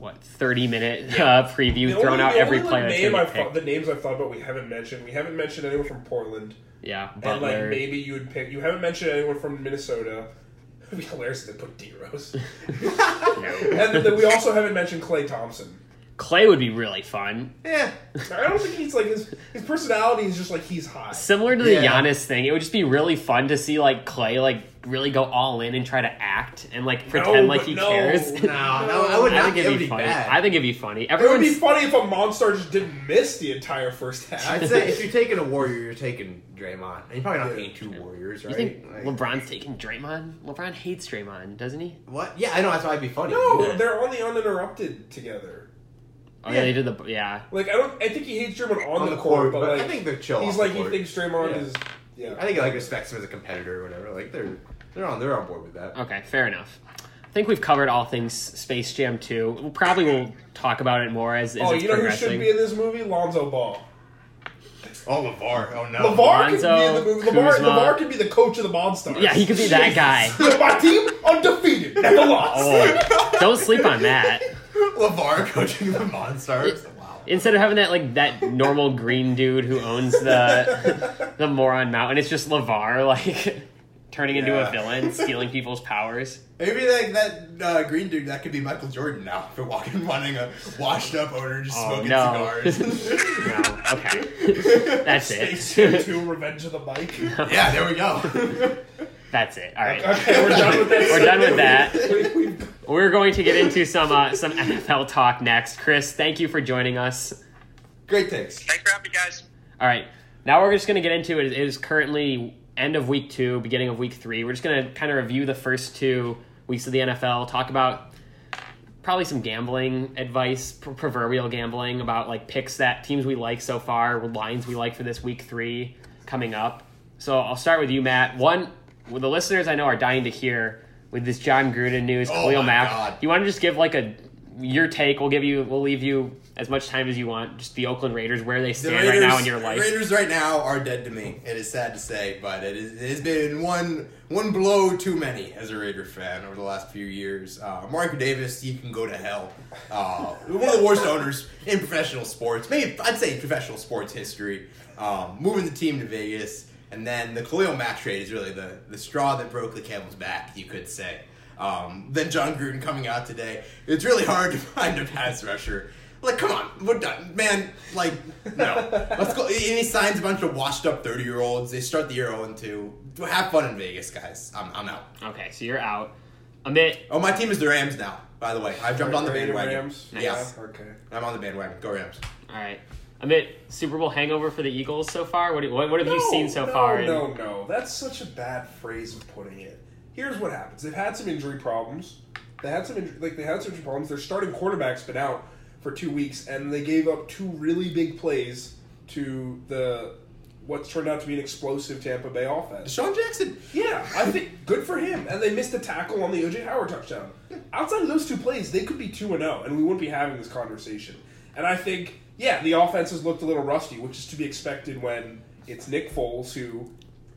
[SPEAKER 1] what 30 minute uh, preview
[SPEAKER 3] The
[SPEAKER 1] thrown
[SPEAKER 3] only-
[SPEAKER 1] out
[SPEAKER 3] the
[SPEAKER 1] every
[SPEAKER 3] only
[SPEAKER 1] player that's
[SPEAKER 3] Name
[SPEAKER 1] gonna
[SPEAKER 3] I
[SPEAKER 1] be picked.
[SPEAKER 3] thought, the names I thought about we haven't mentioned. We haven't mentioned anyone from Portland.
[SPEAKER 1] Yeah,
[SPEAKER 3] and like
[SPEAKER 1] Butler.
[SPEAKER 3] maybe you would pick. You haven't mentioned anyone from Minnesota. It'd be hilarious if they put D Rose. and then we also haven't mentioned Clay Thompson.
[SPEAKER 1] Clay would be really fun.
[SPEAKER 3] Yeah, I don't think he's like his his personality is just like he's hot.
[SPEAKER 1] Similar to the
[SPEAKER 3] Yeah.
[SPEAKER 1] Giannis thing, it would just be really fun to see like Clay like really go all in and try to act and like pretend like
[SPEAKER 3] but
[SPEAKER 1] he
[SPEAKER 3] no,
[SPEAKER 1] cares.
[SPEAKER 3] no, no, I would not-
[SPEAKER 1] think
[SPEAKER 3] it
[SPEAKER 1] it'd
[SPEAKER 3] would
[SPEAKER 1] be,
[SPEAKER 3] be
[SPEAKER 1] funny.
[SPEAKER 3] bad.
[SPEAKER 1] I think it'd be funny.
[SPEAKER 3] It would
[SPEAKER 1] Everyone's
[SPEAKER 3] be funny if a Monstar just didn't miss the entire first half.
[SPEAKER 7] I'd say if you're taking a warrior, you're taking Draymond. And you're probably not taking two warriors,
[SPEAKER 1] You
[SPEAKER 7] right?
[SPEAKER 1] think
[SPEAKER 7] Like-
[SPEAKER 1] LeBron's taking Draymond? LeBron hates Draymond, doesn't he?
[SPEAKER 7] What? Yeah, I know. That's why it'd be funny.
[SPEAKER 3] no, they're on the uninterrupted together.
[SPEAKER 1] Oh, yeah, they did the yeah.
[SPEAKER 3] Like I don't. I think he hates Draymond on, the, court, but, like,
[SPEAKER 7] I think they're chill.
[SPEAKER 3] He's
[SPEAKER 7] off
[SPEAKER 3] like
[SPEAKER 7] the
[SPEAKER 3] he
[SPEAKER 7] court.
[SPEAKER 3] thinks Draymond
[SPEAKER 7] Yeah.
[SPEAKER 3] is. Yeah,
[SPEAKER 7] I think he like respects him as a competitor or whatever. Like they're they're on they're on board with that.
[SPEAKER 1] Okay, fair enough. I think we've covered all things Space Jam 2. We probably will talk about it more as, as
[SPEAKER 3] oh,
[SPEAKER 1] it's
[SPEAKER 3] you know who
[SPEAKER 1] progressing.
[SPEAKER 3] should be in this movie? Lonzo Ball.
[SPEAKER 7] Oh, Levar. Oh no.
[SPEAKER 3] Lavar can be in the
[SPEAKER 1] Lonzo,
[SPEAKER 3] movie. Lavar,
[SPEAKER 1] Kuzma.
[SPEAKER 3] Lavar can be the coach of the Monstars.
[SPEAKER 1] Yeah, he could be that guy.
[SPEAKER 3] Look, my team undefeated at the loss.
[SPEAKER 1] Oh, don't sleep on that.
[SPEAKER 7] Lavar coaching the Monstars.
[SPEAKER 1] Instead of having that like that normal green dude who owns the the moron mountain, it's just Levar like turning into a
[SPEAKER 7] Yeah.
[SPEAKER 1] villain, stealing people's powers.
[SPEAKER 7] Maybe that that uh, green dude that could be Michael Jordan now for walking running a washed up owner just
[SPEAKER 1] Oh,
[SPEAKER 7] smoking
[SPEAKER 1] no.
[SPEAKER 7] cigars.
[SPEAKER 1] no, okay, that's
[SPEAKER 3] Season
[SPEAKER 1] it.
[SPEAKER 3] two, Revenge of the Mike.
[SPEAKER 7] yeah, there we go.
[SPEAKER 1] That's it. All right.
[SPEAKER 3] Okay, we're done with that.
[SPEAKER 1] We're done with that. We're going to get into some uh, some NFL talk next. Chris, thank you for joining us.
[SPEAKER 7] Great takes.
[SPEAKER 1] All right. now we're just going to get into it. It is currently end of week two, beginning of week three. We're just going to kind of review the first two weeks of the NFL, talk about probably some gambling advice, pr- proverbial gambling about like picks that teams we like so far, lines we like for this week three coming up. So I'll start with you, Matt. One, well, the listeners I know are dying to hear with this John Gruden news.
[SPEAKER 7] Oh
[SPEAKER 1] Khalil
[SPEAKER 7] my
[SPEAKER 1] Mack.
[SPEAKER 7] God.
[SPEAKER 1] You want to just give like a your take? We'll give you. We'll leave you as much time as you want. Just the Oakland Raiders, where they
[SPEAKER 7] The
[SPEAKER 1] stand right now in your life.
[SPEAKER 7] Raiders right now are dead to me. It is sad to say, but it, is, it has been one one blow too many as a Raider fan over the last few years. Uh, Mark Davis, you can go to hell. Uh, one of the worst owners in professional sports, maybe I'd say professional sports history. Um, moving the team to Vegas, and then the Khalil Mack trade is really the the straw that broke the camel's back, you could say. Um, then John Gruden coming out today. It's really hard to find a pass rusher. Like, come on, we're done, man. Like, no, let's go. And he signs a bunch of washed-up thirty-year-olds. They start the year zero and two. Have fun in Vegas, guys. I'm, I'm out.
[SPEAKER 1] Okay, so you're out. Amit.
[SPEAKER 7] Oh, my team is the Rams now. By the way, I jumped on the
[SPEAKER 3] Raider
[SPEAKER 7] bandwagon.
[SPEAKER 3] Rams?
[SPEAKER 7] Yes,
[SPEAKER 3] Yeah, okay.
[SPEAKER 7] I'm on the bandwagon. Go Rams.
[SPEAKER 1] All right. Amit, Super Bowl hangover for the Eagles so far. What do- what, what have you
[SPEAKER 3] No,
[SPEAKER 1] seen so
[SPEAKER 3] no,
[SPEAKER 1] far? in-
[SPEAKER 3] No, no, that's such a bad phrase of putting it. Here's what happens: they've had some injury problems. They had some injury, like they had some injury problems. Their starting quarterback's been out for two weeks, and they gave up two really big plays to the what's turned out to be an explosive Tampa Bay offense.
[SPEAKER 7] Deshaun Jackson.
[SPEAKER 3] Yeah, I think good for him. And they missed a tackle on the OJ Howard touchdown. Outside of those two plays, they could be two and zero, and we wouldn't be having this conversation. And I think, yeah, the offense has looked a little rusty, which is to be expected when it's Nick Foles who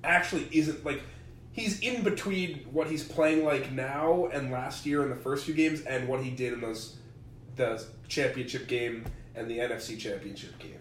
[SPEAKER 3] actually isn't like he's in between what he's playing like now and last year in the first few games and what he did in those the championship game and the NFC championship game.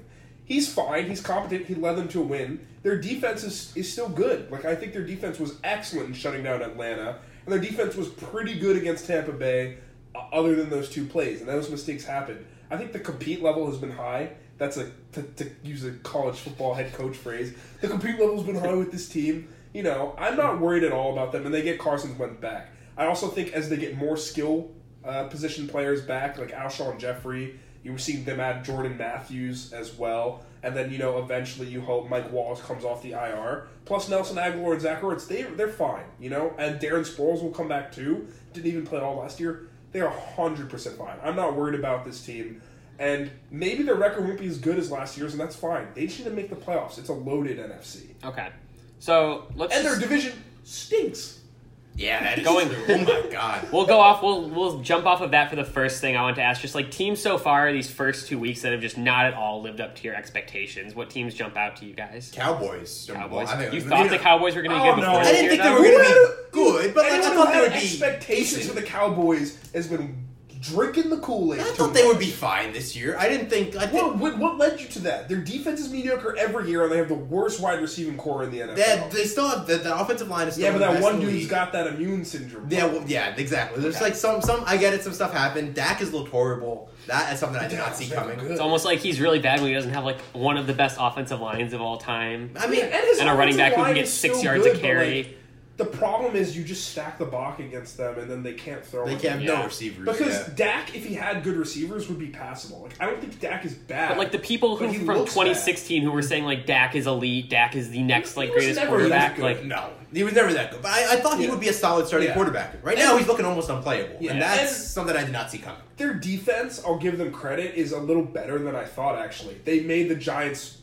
[SPEAKER 3] He's fine. He's competent. He led them to a win. Their defense is, is still good. Like, I think their defense was excellent in shutting down Atlanta, and their defense was pretty good against Tampa Bay, o- other than those two plays, and those mistakes happened. I think the compete level has been high. That's a, to, to use a college football head coach phrase, the compete level's been high with this team. You know, I'm not worried at all about them, and they get Carson's went back. I also think as they get more skill uh, position players back, like Alshon Jeffrey. You were seeing them add Jordan Matthews as well. And then, you know, eventually you hope Mike Wallace comes off the IR. Plus Nelson Aguilar and Zach Ertz, they, they're fine, you know? And Darren Sproles will come back too. Didn't even play all last year. They are 100% fine. I'm not worried about this team. And maybe their record won't be as good as last year's, and that's fine. They just need to make the playoffs. It's a loaded NFC.
[SPEAKER 1] Okay. So let's.
[SPEAKER 3] And their division stinks.
[SPEAKER 7] Yeah, that is
[SPEAKER 1] Going-
[SPEAKER 7] true. Oh my god.
[SPEAKER 1] We'll go off. We'll we'll jump off of that for the first thing I want to ask. Just like teams so far, these first two weeks that have just not at all lived up to your expectations. What teams jump out to you guys?
[SPEAKER 7] Cowboys.
[SPEAKER 1] Cowboys.
[SPEAKER 7] I think-
[SPEAKER 1] you
[SPEAKER 7] I
[SPEAKER 1] thought
[SPEAKER 7] mean,
[SPEAKER 1] the Cowboys were going to be
[SPEAKER 3] Oh,
[SPEAKER 1] good before
[SPEAKER 3] no.
[SPEAKER 1] this
[SPEAKER 3] I didn't
[SPEAKER 1] year,
[SPEAKER 7] think they
[SPEAKER 1] though?
[SPEAKER 7] were gonna be good, but like, I
[SPEAKER 3] Anyone
[SPEAKER 7] thought
[SPEAKER 3] who
[SPEAKER 7] they
[SPEAKER 3] had
[SPEAKER 7] would be
[SPEAKER 3] expectations
[SPEAKER 7] decent.
[SPEAKER 3] for the Cowboys has been drinking the Kool Aid.
[SPEAKER 7] I thought they would be fine this year. I didn't think. I think
[SPEAKER 3] What, what, what led you to that? Their defense is mediocre every year, and they have the worst wide receiving core in the NFL.
[SPEAKER 7] that they still have the, the offensive line is still
[SPEAKER 3] yeah, but
[SPEAKER 7] the
[SPEAKER 3] that
[SPEAKER 7] best
[SPEAKER 3] one
[SPEAKER 7] in the
[SPEAKER 3] dude's
[SPEAKER 7] league.
[SPEAKER 3] got that immune syndrome.
[SPEAKER 7] Yeah, well, yeah, exactly. There's
[SPEAKER 3] Okay.
[SPEAKER 7] like some, some. I get it. Some stuff happened. Dak is looked horrible. That is something I did not see coming.
[SPEAKER 1] It's almost like he's really bad when he doesn't have like one of the best offensive lines of all time.
[SPEAKER 7] I mean,
[SPEAKER 3] and, his
[SPEAKER 1] and a running
[SPEAKER 3] offensive
[SPEAKER 1] back who can
[SPEAKER 3] line
[SPEAKER 1] get
[SPEAKER 3] is
[SPEAKER 1] six
[SPEAKER 3] still
[SPEAKER 1] yards
[SPEAKER 3] good,
[SPEAKER 1] a
[SPEAKER 3] but,
[SPEAKER 1] carry.
[SPEAKER 3] like, the problem is you just stack the block against them, and then they can't throw.
[SPEAKER 7] They
[SPEAKER 3] it.
[SPEAKER 7] can't have no Yeah. receivers,
[SPEAKER 3] because
[SPEAKER 7] yeah.
[SPEAKER 3] Dak, if he had good receivers, would be passable. Like I don't think Dak is bad.
[SPEAKER 1] But like the people
[SPEAKER 3] but
[SPEAKER 1] who
[SPEAKER 3] he
[SPEAKER 1] from
[SPEAKER 3] looks bad.
[SPEAKER 1] 2016 who were saying like Dak is elite, Dak is the next like
[SPEAKER 3] He was
[SPEAKER 1] greatest
[SPEAKER 3] never
[SPEAKER 1] quarterback.
[SPEAKER 3] that
[SPEAKER 1] Like
[SPEAKER 3] good.
[SPEAKER 7] No, he was never that good. But I, I thought he
[SPEAKER 3] Yeah.
[SPEAKER 7] would be a solid starting
[SPEAKER 3] Yeah.
[SPEAKER 7] quarterback. Right
[SPEAKER 3] And-
[SPEAKER 7] now, he's looking almost unplayable,
[SPEAKER 3] Yeah.
[SPEAKER 7] and that's
[SPEAKER 3] And-
[SPEAKER 7] something I did not see coming.
[SPEAKER 3] their defense, I'll give them credit, is a little better than I thought. Actually, they made the Giants,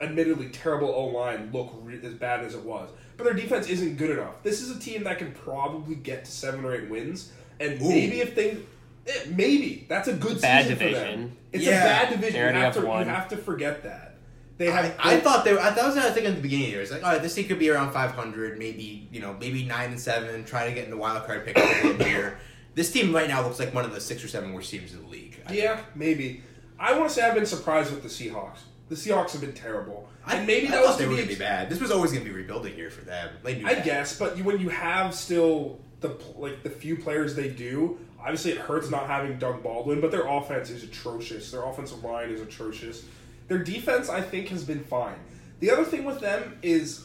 [SPEAKER 3] admittedly terrible O line, look re- as bad as it was. But their defense isn't good enough. This is a team that can probably get to seven or eight wins, and
[SPEAKER 7] Ooh.
[SPEAKER 3] maybe if they, eh, maybe that's a good
[SPEAKER 1] Bad
[SPEAKER 3] season for
[SPEAKER 1] division.
[SPEAKER 3] them. It's
[SPEAKER 7] Yeah.
[SPEAKER 3] a bad division.
[SPEAKER 1] They
[SPEAKER 3] You
[SPEAKER 1] already
[SPEAKER 3] have,
[SPEAKER 1] have
[SPEAKER 3] to, you
[SPEAKER 1] one.
[SPEAKER 3] have to forget that. They
[SPEAKER 7] I,
[SPEAKER 3] have.
[SPEAKER 7] I thought they were. I, that was what I think at the beginning of the year. It's like, all right, this team could be around 500, maybe you know, maybe nine and seven, trying to get in the wild card pick in here. This team right now looks like one of the six or seven worst teams in the league. I-
[SPEAKER 3] Yeah, maybe. I want to say I've been surprised with the Seahawks. The Seahawks have been terrible,
[SPEAKER 7] I,
[SPEAKER 3] and maybe
[SPEAKER 7] I
[SPEAKER 3] that
[SPEAKER 7] thought
[SPEAKER 3] was
[SPEAKER 7] they
[SPEAKER 3] to
[SPEAKER 7] were
[SPEAKER 3] be,
[SPEAKER 7] gonna be bad. This was always going to be rebuilding year for them. They knew
[SPEAKER 3] I
[SPEAKER 7] that.
[SPEAKER 3] guess, but you, when you have still the pl- like the few players they do, obviously it hurts not having Doug Baldwin, but their offense is atrocious. Their offensive line is atrocious. Their defense, I think, has been fine. The other thing with them is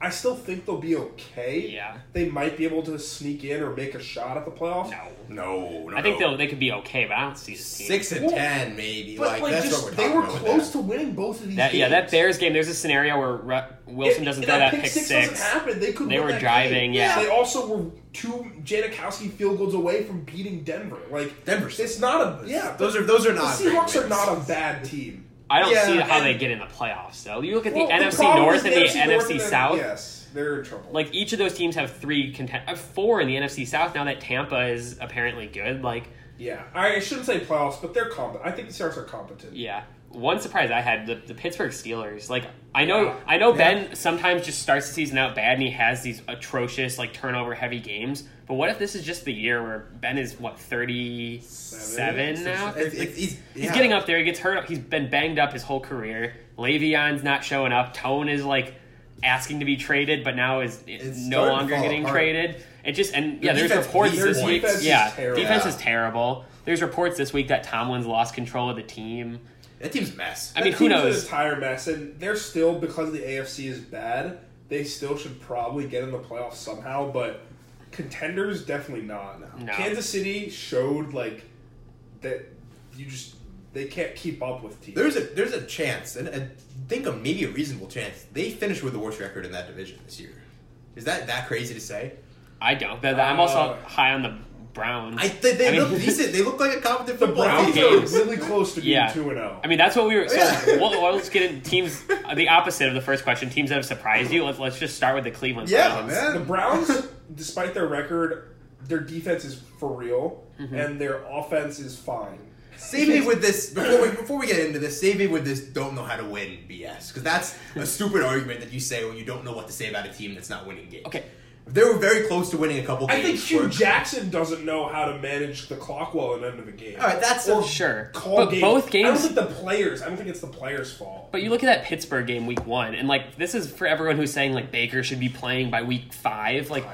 [SPEAKER 3] I still think they'll be okay. Yeah. They might be able to sneak in or make a shot at the playoffs. No.
[SPEAKER 7] No, no.
[SPEAKER 1] I think
[SPEAKER 7] no.
[SPEAKER 1] they'll, they could be okay, but I don't see this team.
[SPEAKER 7] Six and ten, maybe.
[SPEAKER 3] But
[SPEAKER 7] like,
[SPEAKER 3] like,
[SPEAKER 7] that's
[SPEAKER 3] just,
[SPEAKER 7] what we're
[SPEAKER 3] they
[SPEAKER 7] talking
[SPEAKER 3] were
[SPEAKER 7] about with
[SPEAKER 3] close to winning both of these
[SPEAKER 1] That,
[SPEAKER 3] games.
[SPEAKER 1] yeah, that Bears game. There's a scenario where Ru- Wilson
[SPEAKER 3] If-
[SPEAKER 1] doesn't
[SPEAKER 3] if
[SPEAKER 1] throw that
[SPEAKER 3] pick, six, doesn't happen. They could.
[SPEAKER 1] They
[SPEAKER 3] win
[SPEAKER 1] were
[SPEAKER 3] that
[SPEAKER 1] driving,
[SPEAKER 3] game.
[SPEAKER 1] yeah.
[SPEAKER 3] They also were two Janikowski field goals away from beating Denver. Like
[SPEAKER 7] Denver,
[SPEAKER 3] it's not a yeah.
[SPEAKER 7] Those are- those are
[SPEAKER 3] the
[SPEAKER 7] not great
[SPEAKER 3] Seahawks are
[SPEAKER 7] wins.
[SPEAKER 3] not a bad team.
[SPEAKER 1] I don't
[SPEAKER 3] Yeah,
[SPEAKER 1] see how
[SPEAKER 3] and-
[SPEAKER 1] they get in the playoffs, though. You look at the
[SPEAKER 3] Well, the
[SPEAKER 1] NFC
[SPEAKER 3] problem
[SPEAKER 1] North
[SPEAKER 3] is
[SPEAKER 1] and
[SPEAKER 3] the
[SPEAKER 1] the
[SPEAKER 3] NFC North
[SPEAKER 1] NFC
[SPEAKER 3] and the-
[SPEAKER 1] South.
[SPEAKER 3] yes, they're in trouble.
[SPEAKER 1] Like each of those teams have three content, uh, four in the NFC South. Now that Tampa is apparently good, like
[SPEAKER 3] Yeah, I shouldn't say playoffs, but they're competent. I think the Seahawks are competent.
[SPEAKER 1] yeah. One surprise I had the, the Pittsburgh Steelers. Like I know I know Ben sometimes just starts the season out bad and he has these atrocious like turnover heavy games. But what if this is just the year where Ben is what thirty seven now?
[SPEAKER 7] It's- it's- he's-
[SPEAKER 1] He's
[SPEAKER 7] yeah.
[SPEAKER 1] getting up there. He gets hurt. He's been banged up his whole career. Le'Veon's not showing up. Tone is like asking to be traded, but now is is no
[SPEAKER 7] starting to
[SPEAKER 1] longer
[SPEAKER 7] fall
[SPEAKER 1] getting
[SPEAKER 7] apart.
[SPEAKER 1] traded. It just and yeah,
[SPEAKER 7] Their
[SPEAKER 1] there's
[SPEAKER 7] defense-
[SPEAKER 1] reports
[SPEAKER 7] their
[SPEAKER 1] this
[SPEAKER 7] defense
[SPEAKER 1] week.
[SPEAKER 7] is
[SPEAKER 1] yeah,
[SPEAKER 7] terrible.
[SPEAKER 1] defense
[SPEAKER 7] Yeah.
[SPEAKER 1] is terrible. There's reports this week that Tomlin's lost control of the team.
[SPEAKER 7] That team's a mess.
[SPEAKER 1] I
[SPEAKER 3] That
[SPEAKER 1] mean, who
[SPEAKER 3] team's An
[SPEAKER 1] knows?
[SPEAKER 3] entire mess, and they're still because the AFC is bad. They still should probably get in the playoffs somehow, but contenders definitely not.
[SPEAKER 1] No.
[SPEAKER 3] Kansas City showed like that you just they can't keep up with teams.
[SPEAKER 7] There's a there's a chance, and I think a maybe a reasonable chance they finish with the worst record in that division this year. Is that that crazy to say?
[SPEAKER 1] I don't. But I'm also
[SPEAKER 3] Oh.
[SPEAKER 1] high on the Browns.
[SPEAKER 7] I th- they
[SPEAKER 1] I mean-
[SPEAKER 7] look decent. They look like a competent football
[SPEAKER 3] Browns
[SPEAKER 7] team.
[SPEAKER 3] are really close to being
[SPEAKER 1] Yeah.
[SPEAKER 3] two and oh. zero.
[SPEAKER 1] I mean, that's what we were. So well, well, let's get in teams. uh, The opposite of the first question. Teams that have surprised you. Let's let's just start with the Cleveland. Browns.
[SPEAKER 3] The Browns, despite their record, their defense is for real,
[SPEAKER 1] Mm-hmm.
[SPEAKER 3] and their offense is fine.
[SPEAKER 7] Save me with this before we before we get into this. Save me with this. Don't know how to win BS because that's a stupid argument that you say when you don't know what to say about a team that's not winning games. Okay, they were very close to winning a couple.
[SPEAKER 3] I
[SPEAKER 7] games.
[SPEAKER 3] think Hugh
[SPEAKER 7] where-
[SPEAKER 3] Jackson doesn't know how to manage the clock well at the end of a game.
[SPEAKER 7] All right, that's
[SPEAKER 3] or
[SPEAKER 1] sure.
[SPEAKER 3] call
[SPEAKER 1] But
[SPEAKER 3] games.
[SPEAKER 1] both
[SPEAKER 3] I don't
[SPEAKER 1] games-
[SPEAKER 3] think the players. I don't think it's the players' fault.
[SPEAKER 1] But you look at that Pittsburgh game week one, and like this is for everyone who's saying like Baker should be playing by week five. Like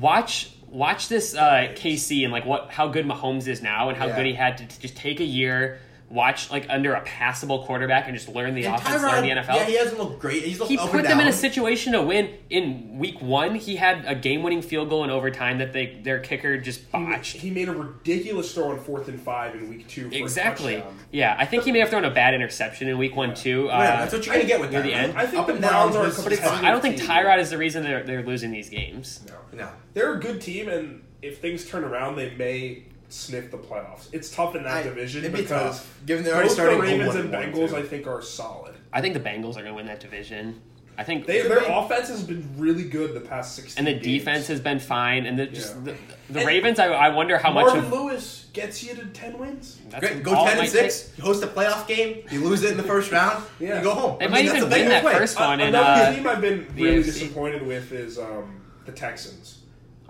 [SPEAKER 1] watch watch this uh, KC and like what how good Mahomes is now and how
[SPEAKER 7] Yeah.
[SPEAKER 1] good he had to, to just take a year, watch like under a passable quarterback and just learn the
[SPEAKER 7] And
[SPEAKER 1] offense, learn the
[SPEAKER 7] Tyrod,
[SPEAKER 1] NFL.
[SPEAKER 7] Yeah, he hasn't looked great. He's looked
[SPEAKER 1] he
[SPEAKER 7] up and
[SPEAKER 1] put them in a
[SPEAKER 7] down.
[SPEAKER 1] situation to win in week one. He had a game-winning field goal in overtime that they their kicker just botched.
[SPEAKER 3] He made a ridiculous throw on fourth and five in week two. For a
[SPEAKER 1] Exactly.
[SPEAKER 3] touchdown.
[SPEAKER 1] Yeah, I think he may have thrown a bad interception in week one too. Uh,
[SPEAKER 3] Yeah, that's what you're gonna get with
[SPEAKER 1] near
[SPEAKER 3] Tyrod.
[SPEAKER 1] the end.
[SPEAKER 3] I think Up the and Browns down, are
[SPEAKER 1] but
[SPEAKER 3] a
[SPEAKER 1] it's,
[SPEAKER 3] competitive
[SPEAKER 1] I don't think
[SPEAKER 3] team.
[SPEAKER 1] Tyrod is the reason they're, they're losing these games.
[SPEAKER 7] No, no.
[SPEAKER 3] They're a good team, and if things turn around, they may sniff the playoffs. It's tough in that
[SPEAKER 7] I-
[SPEAKER 3] division
[SPEAKER 7] it'd be
[SPEAKER 3] because
[SPEAKER 7] tough, given they're already
[SPEAKER 3] both
[SPEAKER 7] starting
[SPEAKER 3] the Ravens
[SPEAKER 7] one
[SPEAKER 3] and
[SPEAKER 7] and one,
[SPEAKER 3] Bengals,
[SPEAKER 7] too.
[SPEAKER 3] I think, are solid.
[SPEAKER 1] I think the Bengals are going to win that division. I think
[SPEAKER 3] They, their offense has been really good the past sixteen.
[SPEAKER 1] and the
[SPEAKER 3] games.
[SPEAKER 1] defense has been fine. And the just the, the
[SPEAKER 3] And
[SPEAKER 1] Ravens, I, I wonder how
[SPEAKER 3] Marvin
[SPEAKER 1] much of
[SPEAKER 3] Lewis gets you to ten wins.
[SPEAKER 1] that's
[SPEAKER 7] Great. Go
[SPEAKER 1] all it
[SPEAKER 7] ten and
[SPEAKER 1] might
[SPEAKER 7] six. You host a playoff game. You lose it in the first round. You go home.
[SPEAKER 1] They
[SPEAKER 7] I
[SPEAKER 1] might
[SPEAKER 7] mean, that's
[SPEAKER 1] even
[SPEAKER 7] a big
[SPEAKER 1] win that
[SPEAKER 7] play.
[SPEAKER 1] first one. and,
[SPEAKER 3] Another
[SPEAKER 1] uh,
[SPEAKER 3] team I've been
[SPEAKER 1] the
[SPEAKER 3] really
[SPEAKER 1] AFC.
[SPEAKER 3] disappointed with is um, the Texans.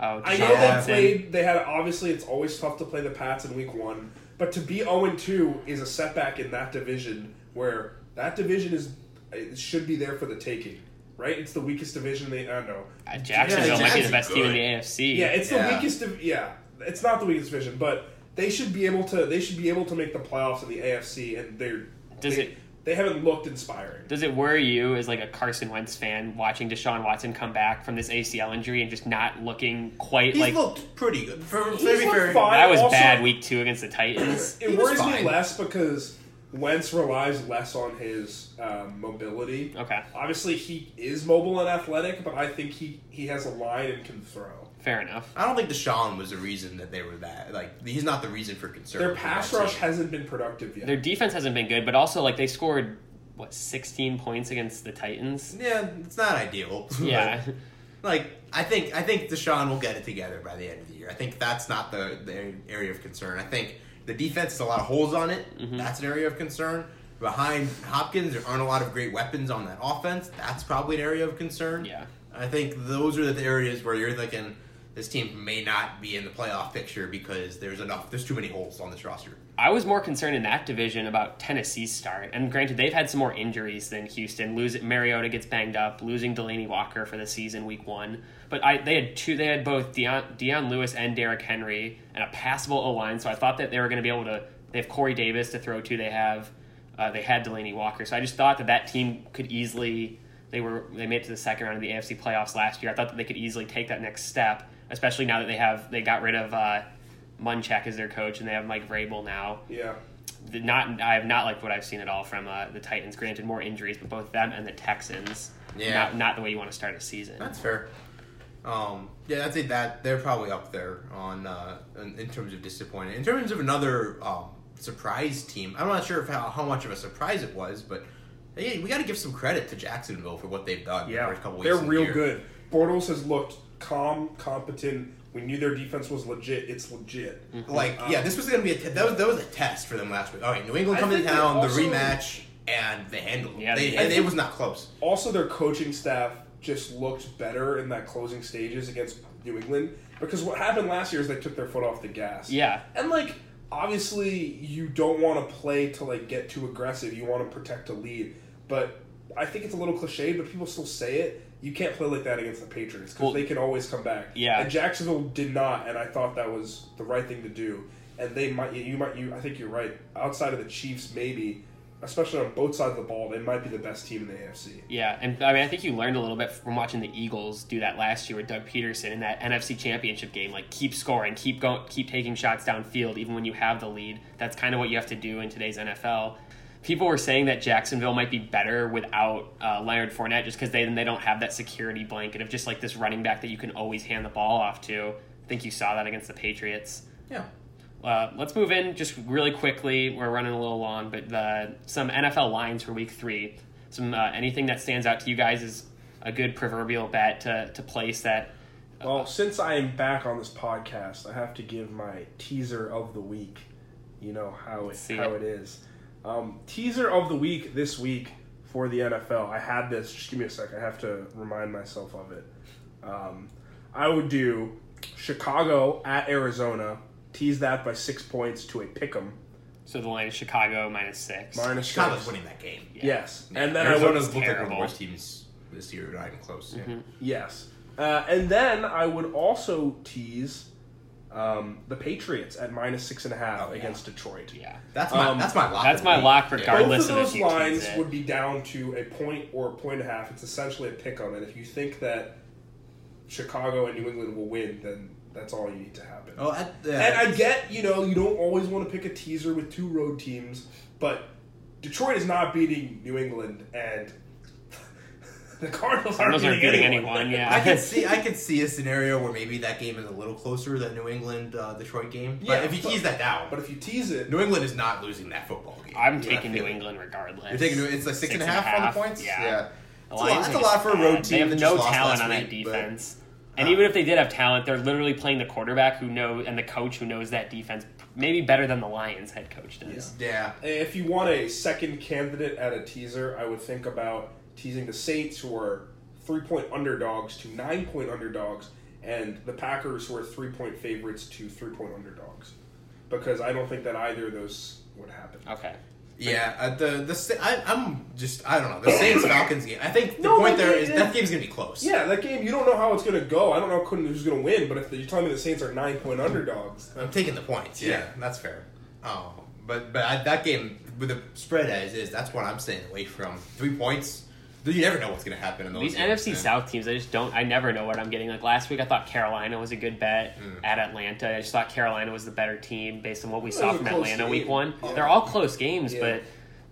[SPEAKER 1] Oh,
[SPEAKER 3] I know
[SPEAKER 1] Deshaun
[SPEAKER 3] they
[SPEAKER 1] Watson.
[SPEAKER 3] played. They had obviously it's always tough to play the Pats in Week One, but to be zero two is a setback in that division where that division is it should be there for the taking. Right, it's the weakest division. They I don't know.
[SPEAKER 1] Uh, Jacksonville might be the best team in the AFC.
[SPEAKER 3] Yeah, it's the weakest. Div- yeah, it's not the weakest division, but they should be able to. They should be able to make the playoffs in the AFC, and they're
[SPEAKER 1] Does
[SPEAKER 3] they,
[SPEAKER 1] it-
[SPEAKER 3] They haven't looked inspiring.
[SPEAKER 1] Does it worry you as like a Carson Wentz fan watching Deshaun Watson come back from this ACL injury and just not looking quite
[SPEAKER 7] He's
[SPEAKER 1] like
[SPEAKER 7] looked pretty good. For,
[SPEAKER 3] He's
[SPEAKER 7] to be
[SPEAKER 3] looked
[SPEAKER 7] fair,
[SPEAKER 3] fine.
[SPEAKER 1] that was
[SPEAKER 3] Also-
[SPEAKER 1] bad week two against the Titans?
[SPEAKER 3] It worries me less because Wentz relies less on his um, mobility.
[SPEAKER 1] Okay.
[SPEAKER 3] Obviously, he is mobile and athletic, but I think he, he has a line and can throw.
[SPEAKER 1] Fair enough.
[SPEAKER 7] I don't think Deshaun was the reason that they were that. Like he's not the reason for concern.
[SPEAKER 3] Their
[SPEAKER 7] for
[SPEAKER 3] pass
[SPEAKER 7] that
[SPEAKER 3] rush
[SPEAKER 7] team.
[SPEAKER 3] hasn't been productive yet.
[SPEAKER 1] Their defense hasn't been good, but also like they scored what sixteen points against the Titans.
[SPEAKER 7] Yeah, it's not ideal.
[SPEAKER 1] Yeah.
[SPEAKER 7] like I think I think Deshaun will get it together by the end of the year. I think that's not the, the area of concern. I think the defense has a lot of holes on it.
[SPEAKER 1] Mm-hmm.
[SPEAKER 7] That's an area of concern. Behind Hopkins, there aren't a lot of great weapons on that offense. That's probably an area of concern.
[SPEAKER 1] Yeah.
[SPEAKER 7] I think those are the areas where you're thinking this team may not be in the playoff picture because there's enough there's too many holes on this roster.
[SPEAKER 1] I was more concerned in that division about Tennessee's start, and granted they've had some more injuries than Houston. Lose Mariota gets banged up, losing Delaney Walker for the season week one. But I they had two, they had both Deion, Deion Lewis and Derrick Henry, and a passable O line. So I thought that they were going to be able to. They have Corey Davis to throw to. They have uh, they had Delaney Walker. So I just thought that that team could easily They were they made it to the second round of the AFC playoffs last year. I thought that they could easily take that next step, especially now that they have they got rid of uh, Munchak as their coach and they have Mike Vrabel now.
[SPEAKER 3] Yeah.
[SPEAKER 1] The- Not I have not liked what I've seen at all from uh, the Titans. Granted, more injuries, but both them and the Texans.
[SPEAKER 7] Yeah.
[SPEAKER 1] Not, not the way you want to start a season.
[SPEAKER 7] That's fair. Um, yeah, I'd say that they're probably up there on uh, in, in terms of disappointing. In terms of another um, surprise team, I'm not sure if how, how much of a surprise it was, but hey, we got to give some credit to Jacksonville for what they've done. the first couple weeks
[SPEAKER 3] They're
[SPEAKER 7] of the
[SPEAKER 3] real
[SPEAKER 7] year.
[SPEAKER 3] good. Bortles has looked calm, competent. We knew their defense was legit. It's
[SPEAKER 7] Mm-hmm.
[SPEAKER 3] legit.
[SPEAKER 7] Like, yeah, this was gonna be a te- that was that was a test for them last week. All right, New
[SPEAKER 3] Um,
[SPEAKER 7] England
[SPEAKER 3] I
[SPEAKER 7] coming to
[SPEAKER 3] think they
[SPEAKER 7] town,
[SPEAKER 3] also-
[SPEAKER 7] the rematch, and they handled. it. they,
[SPEAKER 3] I
[SPEAKER 7] and it
[SPEAKER 3] think-
[SPEAKER 7] was not close.
[SPEAKER 3] Also, their coaching staff just looked better in that closing stages against New England because what happened last year is they took their foot off the gas.
[SPEAKER 1] Yeah.
[SPEAKER 3] And like obviously you don't want to play to like get too aggressive. You want to protect a lead. But I think it's a little cliche, but people still say it. You can't play like that against the Patriots because
[SPEAKER 1] Well-
[SPEAKER 3] they can always come back.
[SPEAKER 1] Yeah.
[SPEAKER 3] And Jacksonville did not, and I thought that was the right thing to do. And they might you might you I think you're right. Outside of the Chiefs maybe, especially on both sides of the ball, they might be the best team in the AFC.
[SPEAKER 1] Yeah, and I mean, I think you learned a little bit from watching the Eagles do that last year with Doug Peterson in that NFC Championship game. Like, keep scoring, keep going, keep taking shots downfield, even when you have the lead. That's kind of what you have to do in today's NFL. People were saying that Jacksonville might be better without uh, Leonard Fournette just because they then they don't have that security blanket of just like this running back that you can always hand the ball off to. I think you saw that against the Patriots.
[SPEAKER 7] Yeah.
[SPEAKER 1] Uh, let's move in just really quickly. We're running a little long, but the, some NFL lines for Week Three. Some uh, anything that stands out to you guys is a good proverbial bet to, to place that.
[SPEAKER 3] Well, since I am back on this podcast, I have to give my teaser of the week. You know how it,
[SPEAKER 1] see
[SPEAKER 3] how
[SPEAKER 1] it.
[SPEAKER 3] it is. Um, teaser of the week this week for the NFL. I had this. Just give me a sec. I have to remind myself of it. Um, I would do Chicago at Arizona. Tease that by six points to a pick 'em.
[SPEAKER 1] So the line is Chicago minus six.
[SPEAKER 3] Minus
[SPEAKER 7] Chicago's
[SPEAKER 3] six.
[SPEAKER 7] winning that game.
[SPEAKER 3] Yes, and then
[SPEAKER 7] Arizona's
[SPEAKER 3] I
[SPEAKER 7] looked
[SPEAKER 3] would
[SPEAKER 7] like one of the worst teams this year, not even close.
[SPEAKER 3] Yes. Uh, and then I would also tease um, the Patriots at minus six and a half against Detroit.
[SPEAKER 1] Yeah,
[SPEAKER 7] That's my-
[SPEAKER 1] Um,
[SPEAKER 7] that's my lock That's of the my week. lock regardless
[SPEAKER 3] Both of
[SPEAKER 7] of
[SPEAKER 3] those
[SPEAKER 7] if you tease
[SPEAKER 3] lines
[SPEAKER 7] it.
[SPEAKER 3] would be down to a point or a point and a half. It's essentially a pick 'em, and if you think that Chicago and New England will win, then that's all you need to happen.
[SPEAKER 7] Oh, that- that-
[SPEAKER 3] and I get you know you don't always want to pick a teaser with two road teams, but Detroit is not beating New England, and the Cardinals aren't
[SPEAKER 1] Cardinals
[SPEAKER 3] beating,
[SPEAKER 1] aren't beating
[SPEAKER 3] anyone.
[SPEAKER 1] anyone, yeah.
[SPEAKER 7] I can see I can see a scenario where maybe that game is a little closer than New England uh, Detroit game. But
[SPEAKER 3] Yeah,
[SPEAKER 7] if you
[SPEAKER 3] but-
[SPEAKER 7] tease that down,
[SPEAKER 3] but if you tease it,
[SPEAKER 7] New England is not losing that football game.
[SPEAKER 1] I'm
[SPEAKER 7] Yeah, I
[SPEAKER 1] taking
[SPEAKER 7] feel
[SPEAKER 1] New
[SPEAKER 7] it.
[SPEAKER 1] England regardless.
[SPEAKER 7] You're taking New- it's like six and a half on the points?
[SPEAKER 1] Yeah,
[SPEAKER 7] Yeah.
[SPEAKER 1] The
[SPEAKER 7] It's a lot-
[SPEAKER 1] Lions
[SPEAKER 7] that's
[SPEAKER 1] are
[SPEAKER 7] a lot
[SPEAKER 1] just
[SPEAKER 7] for a
[SPEAKER 1] bad.
[SPEAKER 7] road
[SPEAKER 1] They
[SPEAKER 7] team
[SPEAKER 1] have
[SPEAKER 7] that
[SPEAKER 1] no
[SPEAKER 7] just lost
[SPEAKER 1] talent
[SPEAKER 7] last
[SPEAKER 1] on that
[SPEAKER 7] week, but- uh,
[SPEAKER 1] defense. and even if they did have talent, they're literally playing the quarterback who know and the coach who knows that defense maybe better than the Lions head coach does.
[SPEAKER 7] Yeah.
[SPEAKER 3] If you want a second candidate at a teaser, I would think about teasing the Saints, who are three point underdogs, to nine point underdogs, and the Packers, who are three point favorites, to three point underdogs. Because I don't think that either of those would happen.
[SPEAKER 1] Okay.
[SPEAKER 7] Yeah, uh, the the Sa- I, I'm just I don't know the Saints Falcons game. I think the
[SPEAKER 3] No,
[SPEAKER 7] point
[SPEAKER 3] that
[SPEAKER 7] there
[SPEAKER 3] game
[SPEAKER 7] is
[SPEAKER 3] is-
[SPEAKER 7] that game's gonna be close.
[SPEAKER 3] Yeah, that game, you don't know how it's going to go. I don't know who's going to win, but if you're telling me the Saints are nine point underdogs,
[SPEAKER 7] I'm taking the points. Yeah,
[SPEAKER 3] Yeah.
[SPEAKER 7] that's fair. Oh, but but I, that game with the spread as is, that's what I'm staying away from. Three points. You never know what's gonna happen in those
[SPEAKER 1] These
[SPEAKER 7] games,
[SPEAKER 1] NFC
[SPEAKER 7] man.
[SPEAKER 1] South teams, I just don't. I never know what I'm getting. Like last week, I thought Carolina was a good bet
[SPEAKER 7] Mm.
[SPEAKER 1] at Atlanta. I just thought Carolina was the better team based on what we
[SPEAKER 3] It
[SPEAKER 1] saw
[SPEAKER 3] was a
[SPEAKER 1] from
[SPEAKER 3] close
[SPEAKER 1] Atlanta
[SPEAKER 3] game.
[SPEAKER 1] week one.
[SPEAKER 3] Yeah.
[SPEAKER 1] They're all close games,
[SPEAKER 3] Yeah.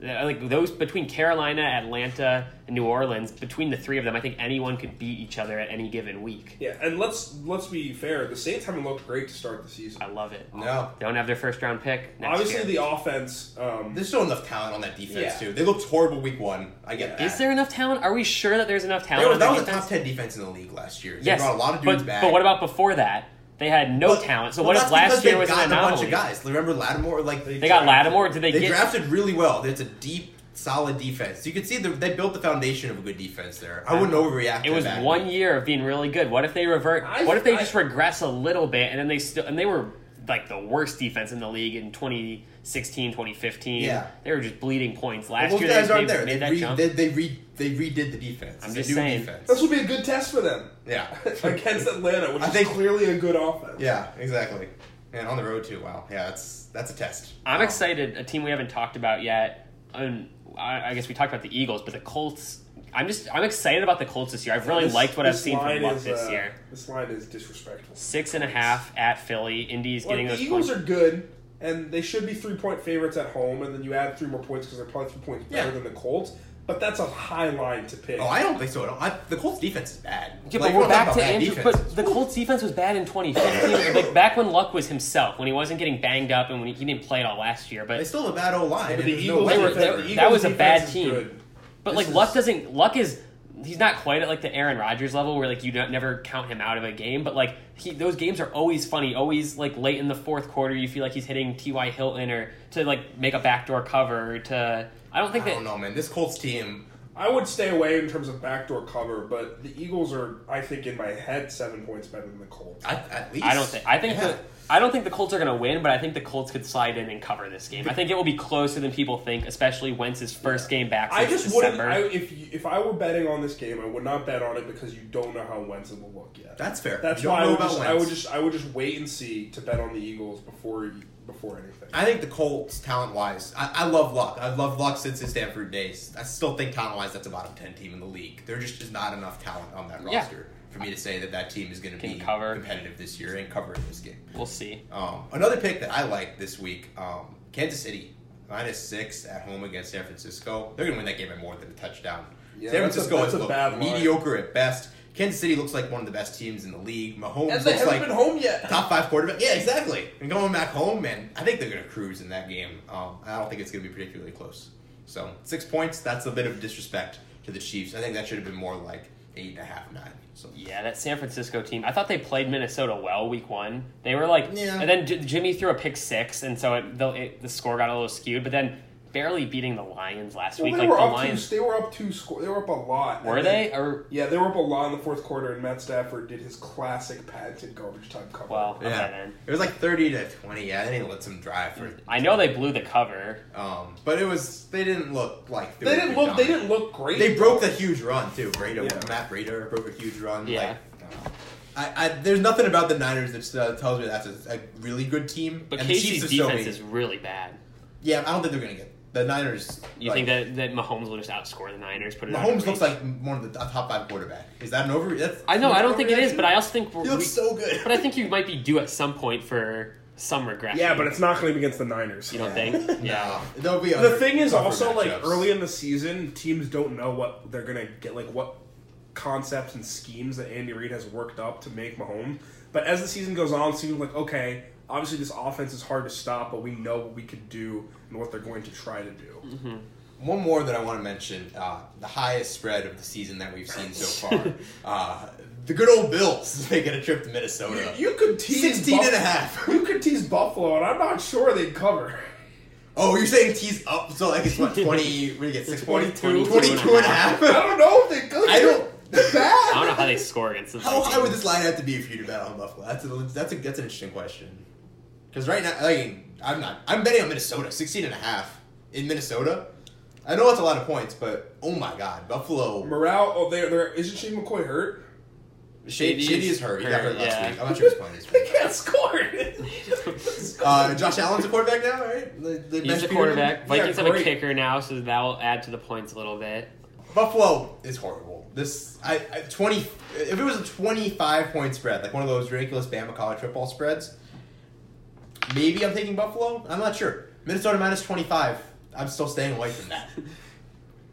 [SPEAKER 1] but uh, like those between Carolina, Atlanta, and New Orleans, between the three of them, I think anyone could beat each other at any given week.
[SPEAKER 3] Yeah, and let's let's be fair. The Saints haven't looked great to start the season.
[SPEAKER 1] I love it.
[SPEAKER 7] No.
[SPEAKER 1] They don't have their first round pick. Next
[SPEAKER 3] Obviously,
[SPEAKER 1] year.
[SPEAKER 3] the offense. Um,
[SPEAKER 7] There's still enough talent on that defense
[SPEAKER 1] Yeah.
[SPEAKER 7] too. They looked horrible week one. I get that.
[SPEAKER 1] Is there enough talent? Are we sure that there's enough
[SPEAKER 7] They
[SPEAKER 1] talent?
[SPEAKER 7] were-
[SPEAKER 1] on
[SPEAKER 7] that
[SPEAKER 1] their
[SPEAKER 7] was a
[SPEAKER 1] defense?
[SPEAKER 7] top ten defense in the league last year. They
[SPEAKER 1] Yes,
[SPEAKER 7] brought a lot of dudes
[SPEAKER 1] but,
[SPEAKER 7] back.
[SPEAKER 1] but what about before that? They had no talent. So
[SPEAKER 7] Well,
[SPEAKER 1] what if
[SPEAKER 7] that's
[SPEAKER 1] last
[SPEAKER 7] because
[SPEAKER 1] year
[SPEAKER 7] they've
[SPEAKER 1] was an
[SPEAKER 7] gotten
[SPEAKER 1] anomaly?
[SPEAKER 7] a bunch of guys? Remember Lattimore? Like they,
[SPEAKER 1] They got Lattimore? Did they get-
[SPEAKER 7] drafted really well? It's a deep, solid defense. You can see the, they built the foundation of a good defense there. I wouldn't overreact.
[SPEAKER 1] It
[SPEAKER 7] to
[SPEAKER 1] was
[SPEAKER 7] that.
[SPEAKER 1] one year of being really good. What if they revert? what if they just regress a little bit and then they still and they were like the worst defense in the league in 2016, 2015.
[SPEAKER 7] Yeah.
[SPEAKER 1] they were just bleeding points
[SPEAKER 7] Well,
[SPEAKER 1] last
[SPEAKER 7] those
[SPEAKER 1] year.
[SPEAKER 7] guys
[SPEAKER 1] they,
[SPEAKER 7] aren't
[SPEAKER 1] they
[SPEAKER 7] there.
[SPEAKER 1] made
[SPEAKER 7] They,
[SPEAKER 1] that
[SPEAKER 7] re,
[SPEAKER 1] jump.
[SPEAKER 7] they, they, re, they redid the defense.
[SPEAKER 1] I'm
[SPEAKER 7] It's a
[SPEAKER 1] just
[SPEAKER 7] new
[SPEAKER 1] saying.
[SPEAKER 7] defense.
[SPEAKER 3] This will be a good test for them.
[SPEAKER 7] Yeah.
[SPEAKER 3] against Atlanta, which
[SPEAKER 7] I
[SPEAKER 3] is
[SPEAKER 7] think-
[SPEAKER 3] clearly a good offense.
[SPEAKER 7] Yeah, exactly. And on the road too. Wow. Yeah, that's that's a test.
[SPEAKER 1] I'm excited. A team we haven't talked about yet. And I, I guess we talked about the Eagles, but the Colts. I'm just I'm excited about the Colts this year. I've really
[SPEAKER 3] This-
[SPEAKER 1] liked what I've
[SPEAKER 3] this
[SPEAKER 1] seen
[SPEAKER 3] line
[SPEAKER 1] from Luck
[SPEAKER 3] is,
[SPEAKER 1] this
[SPEAKER 3] uh,
[SPEAKER 1] year.
[SPEAKER 3] This line is disrespectful.
[SPEAKER 1] Six and a half at Philly. Indy's
[SPEAKER 3] Well,
[SPEAKER 1] getting
[SPEAKER 3] the
[SPEAKER 1] those
[SPEAKER 3] Eagles
[SPEAKER 1] points.
[SPEAKER 3] are good, and they should be three point favorites at home, and then you add three more points because they're probably three points better than the Colts. But that's a high line to pick.
[SPEAKER 7] Oh, I don't think so at all. I, the Colts defense is bad.
[SPEAKER 1] Yeah,
[SPEAKER 7] Like,
[SPEAKER 1] but we're
[SPEAKER 7] we're talking
[SPEAKER 1] back to
[SPEAKER 7] about bad
[SPEAKER 1] Andrew.
[SPEAKER 7] defense.
[SPEAKER 1] But the Colts defense was bad in 2015, like back when Luck was himself, when he wasn't getting banged up and when he, he didn't play at all last year. But
[SPEAKER 7] They still have a bad old line.
[SPEAKER 1] But
[SPEAKER 7] and
[SPEAKER 1] the
[SPEAKER 7] there's
[SPEAKER 1] Eagles,
[SPEAKER 7] no
[SPEAKER 1] they were,
[SPEAKER 7] defense.
[SPEAKER 1] that-
[SPEAKER 7] The
[SPEAKER 1] that
[SPEAKER 7] Eagles
[SPEAKER 1] was a
[SPEAKER 7] defense
[SPEAKER 1] bad
[SPEAKER 7] is
[SPEAKER 1] team.
[SPEAKER 7] good.
[SPEAKER 1] But
[SPEAKER 7] This
[SPEAKER 1] like
[SPEAKER 7] is-
[SPEAKER 1] Luck doesn't. Luck is he's not quite at like the Aaron Rodgers level where like you don't, never count him out of a game. But like he, those games are always funny. Always like late in the fourth quarter, you feel like he's hitting T. Y. Hilton or to like make a backdoor cover or to. I don't think that.
[SPEAKER 7] I don't know, man. This Colts team.
[SPEAKER 3] I would stay away in terms of backdoor cover, but the Eagles are, I think, in my head, seven points better than the Colts.
[SPEAKER 7] at least
[SPEAKER 1] I don't think. I think
[SPEAKER 3] Yeah.
[SPEAKER 1] the. I don't think the Colts are going to win, but I think the Colts could slide in and cover this game. I think it will be closer than people think, especially Wentz's first game back. Ah, Since
[SPEAKER 3] I just wouldn't.
[SPEAKER 1] December.
[SPEAKER 3] I, if you, if I were betting on this game, I would not bet on it because you don't know how Wentz will look yet.
[SPEAKER 7] That's fair.
[SPEAKER 3] That's
[SPEAKER 7] You don't
[SPEAKER 3] why I
[SPEAKER 7] know
[SPEAKER 3] would,
[SPEAKER 7] about
[SPEAKER 3] just, I would
[SPEAKER 7] Wentz.
[SPEAKER 3] just I would just wait and see to bet on the Eagles before you- before anything.
[SPEAKER 7] I think the Colts, talent wise, I, I love Luck. I've loved Luck since his Stanford days. I still think talent wise, that's a bottom ten team in the league. There just is not enough talent on that
[SPEAKER 1] Yeah.
[SPEAKER 7] roster for me to say that that team is going to be competitive this year and cover in this game.
[SPEAKER 1] We'll see.
[SPEAKER 7] Um, another pick that I like this week, um, Kansas City minus six at home against San Francisco. They're going to win that game by more than a touchdown.
[SPEAKER 3] Yeah,
[SPEAKER 7] San
[SPEAKER 3] that's a-
[SPEAKER 7] Francisco
[SPEAKER 3] that's
[SPEAKER 7] is
[SPEAKER 3] a
[SPEAKER 7] look
[SPEAKER 3] bad line.
[SPEAKER 7] mediocre at best. Kansas City looks like one of the best teams in the league.
[SPEAKER 3] And
[SPEAKER 7] Mahomes looks
[SPEAKER 3] they haven't
[SPEAKER 7] like
[SPEAKER 3] been home yet.
[SPEAKER 7] top five quarterback. Yeah, exactly. And going back home, man, I think they're going to cruise in that game. Um, I don't think it's going to be particularly close. So six points, that's a bit of disrespect to the Chiefs. I think that should have been more like eight and a half, nine. So
[SPEAKER 1] Yeah, that San Francisco team. I thought they played Minnesota well week one. They were like,
[SPEAKER 7] Yeah.
[SPEAKER 1] and then J- Jimmy threw a pick six, and so it, the, it, the score got a little skewed. But then barely beating the Lions last
[SPEAKER 3] Well,
[SPEAKER 1] week,
[SPEAKER 3] they
[SPEAKER 1] like the
[SPEAKER 3] were up two.
[SPEAKER 1] Lions.
[SPEAKER 3] They were up two. Score. They were up a lot.
[SPEAKER 1] Were
[SPEAKER 3] And
[SPEAKER 1] they?
[SPEAKER 3] then-
[SPEAKER 1] Or
[SPEAKER 3] yeah, they were up a lot in the fourth quarter, and Matt Stafford did his classic patented garbage time cover.
[SPEAKER 1] Well, okay
[SPEAKER 7] Yeah.
[SPEAKER 1] then.
[SPEAKER 7] It was like thirty to twenty. Yeah, they didn't let some drive for.
[SPEAKER 1] I know they blew the cover.
[SPEAKER 7] Um, but it was they didn't look like
[SPEAKER 3] They didn't look- they didn't look great.
[SPEAKER 7] They broke the huge run too. Brady,
[SPEAKER 3] Yeah.
[SPEAKER 7] Matt Breida broke a huge run. Yeah. Like, I, I, there's nothing about the Niners that uh, tells me that's a, a really good team.
[SPEAKER 1] But
[SPEAKER 7] and the
[SPEAKER 1] Casey's
[SPEAKER 7] Chiefs are so
[SPEAKER 1] defense
[SPEAKER 7] big.
[SPEAKER 1] is really bad.
[SPEAKER 7] Yeah, I don't think they're gonna get the Niners.
[SPEAKER 1] You think that, that Mahomes will just outscore the Niners? Put it out of
[SPEAKER 7] Mahomes
[SPEAKER 1] reach?
[SPEAKER 7] looks like one of the top five quarterback. Is that an over? That's,
[SPEAKER 1] I know.
[SPEAKER 7] is
[SPEAKER 1] I
[SPEAKER 7] that
[SPEAKER 1] don't
[SPEAKER 7] an
[SPEAKER 1] think it is,
[SPEAKER 7] overreaction?
[SPEAKER 1] but I also think we're,
[SPEAKER 7] He looks so good.
[SPEAKER 1] But I think you might be due at some point for some regression.
[SPEAKER 3] Yeah, but it's not going to be against the Niners.
[SPEAKER 1] You don't think? Yeah.
[SPEAKER 7] There'll be
[SPEAKER 3] the thing is also like early in the season, teams don't know what they're gonna get, like what concepts and schemes that Andy Reid has worked up to make Mahomes. But as the season goes on, it seems like okay, obviously this offense is hard to stop, but we know what we could do and what they're going to try to do.
[SPEAKER 7] One more that I want to mention: uh, the highest spread of the season that we've seen so far. uh, the good old Bills making a trip to Minnesota.
[SPEAKER 3] You could tease
[SPEAKER 7] 16 Mm-hmm. and a
[SPEAKER 3] half. You could tease Buffalo, and I'm not sure they'd cover.
[SPEAKER 7] Oh, you're saying tease up? So like it's what twenty? What do you get? Six points?
[SPEAKER 1] 22.
[SPEAKER 7] 22 and a half.
[SPEAKER 1] I
[SPEAKER 3] don't know if they could.
[SPEAKER 7] I don't.
[SPEAKER 1] I don't know how they score against this.
[SPEAKER 7] How high would this line have to be for you to bet on Buffalo? That's a, that's a, that's an interesting question. Because right now, like, I'm not. I'm betting on Minnesota, 16 and a half in Minnesota. I know that's a lot of points, but oh my god, Buffalo.
[SPEAKER 3] Morale? Oh, there, there isn't Shane McCoy hurt.
[SPEAKER 7] Shady, Shady is hurt. He got hurt last
[SPEAKER 1] yeah.
[SPEAKER 7] week. I'm not sure he's playing this week.
[SPEAKER 3] They can't score.
[SPEAKER 7] Uh, Josh Allen's a quarterback now, right? The, the
[SPEAKER 1] He's the quarterback. Vikings have a kicker now, so that will add to the points a little bit.
[SPEAKER 7] Buffalo is horrible. This I, I twenty. If it was a twenty-five point spread, like one of those ridiculous Bama college football spreads, maybe I'm taking Buffalo. I'm not sure. Minnesota minus twenty-five. I'm still staying away from that.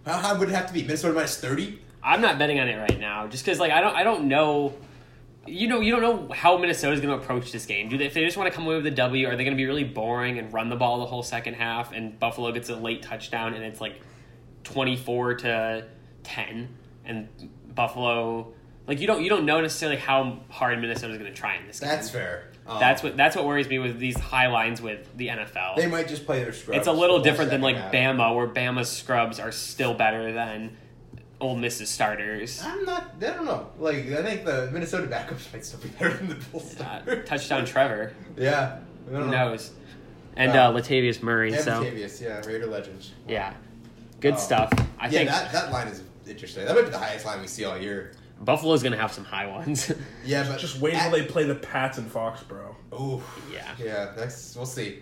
[SPEAKER 7] How high would it have to be? Minnesota minus thirty.
[SPEAKER 1] I'm not betting on it right now, just because like I don't I don't know. You know, you don't know how Minnesota's going to approach this game. Do they, if they just want to come away with a W, are they going to be really boring and run the ball the whole second half? And Buffalo gets a late touchdown, and it's like twenty four to ten, and Buffalo like you don't you don't know necessarily how hard Minnesota's going to try in this game.
[SPEAKER 7] That's fair. Um,
[SPEAKER 1] that's what that's what worries me with these high lines with the NFL.
[SPEAKER 7] They might just play their scrubs.
[SPEAKER 1] It's a little
[SPEAKER 7] the whole
[SPEAKER 1] different than like
[SPEAKER 7] second half.
[SPEAKER 1] Bama, where Bama's scrubs are still better than Ole Miss's starters.
[SPEAKER 7] I'm not. I don't know. Like I think the Minnesota backups might still be better than the Bills.
[SPEAKER 1] Touchdown Trevor.
[SPEAKER 7] Yeah. I
[SPEAKER 1] Who
[SPEAKER 7] don't know.
[SPEAKER 1] knows? And
[SPEAKER 7] Wow.
[SPEAKER 1] uh, Latavius Murray.
[SPEAKER 7] And
[SPEAKER 1] so
[SPEAKER 7] Latavius, yeah, Raider legend.
[SPEAKER 1] yeah, good
[SPEAKER 7] Um,
[SPEAKER 1] stuff. I
[SPEAKER 7] yeah,
[SPEAKER 1] think
[SPEAKER 7] that, that line is interesting. That might be the highest line we see all year.
[SPEAKER 1] Buffalo's gonna have some high ones.
[SPEAKER 7] Yeah, but
[SPEAKER 3] Just wait until they play the Pats and Foxborough.
[SPEAKER 7] Ooh.
[SPEAKER 1] Yeah.
[SPEAKER 7] Yeah, that's we'll see.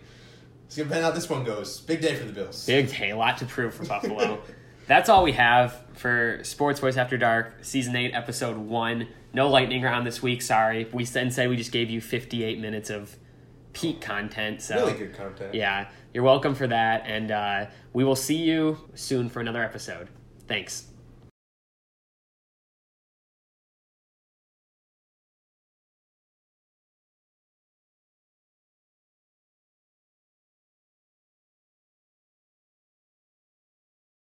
[SPEAKER 7] It's gonna depend how this one goes. Big day for the Bills.
[SPEAKER 1] Big day, a lot to prove for Buffalo. that's all we have for Sports Voice After Dark, Season 8, Episode 1. No lightning round this week, sorry. We instead we just gave you 58 minutes of peak content. So
[SPEAKER 11] Really good content.
[SPEAKER 1] Yeah, you're welcome for that, and uh, we will see you soon for another episode. Thanks.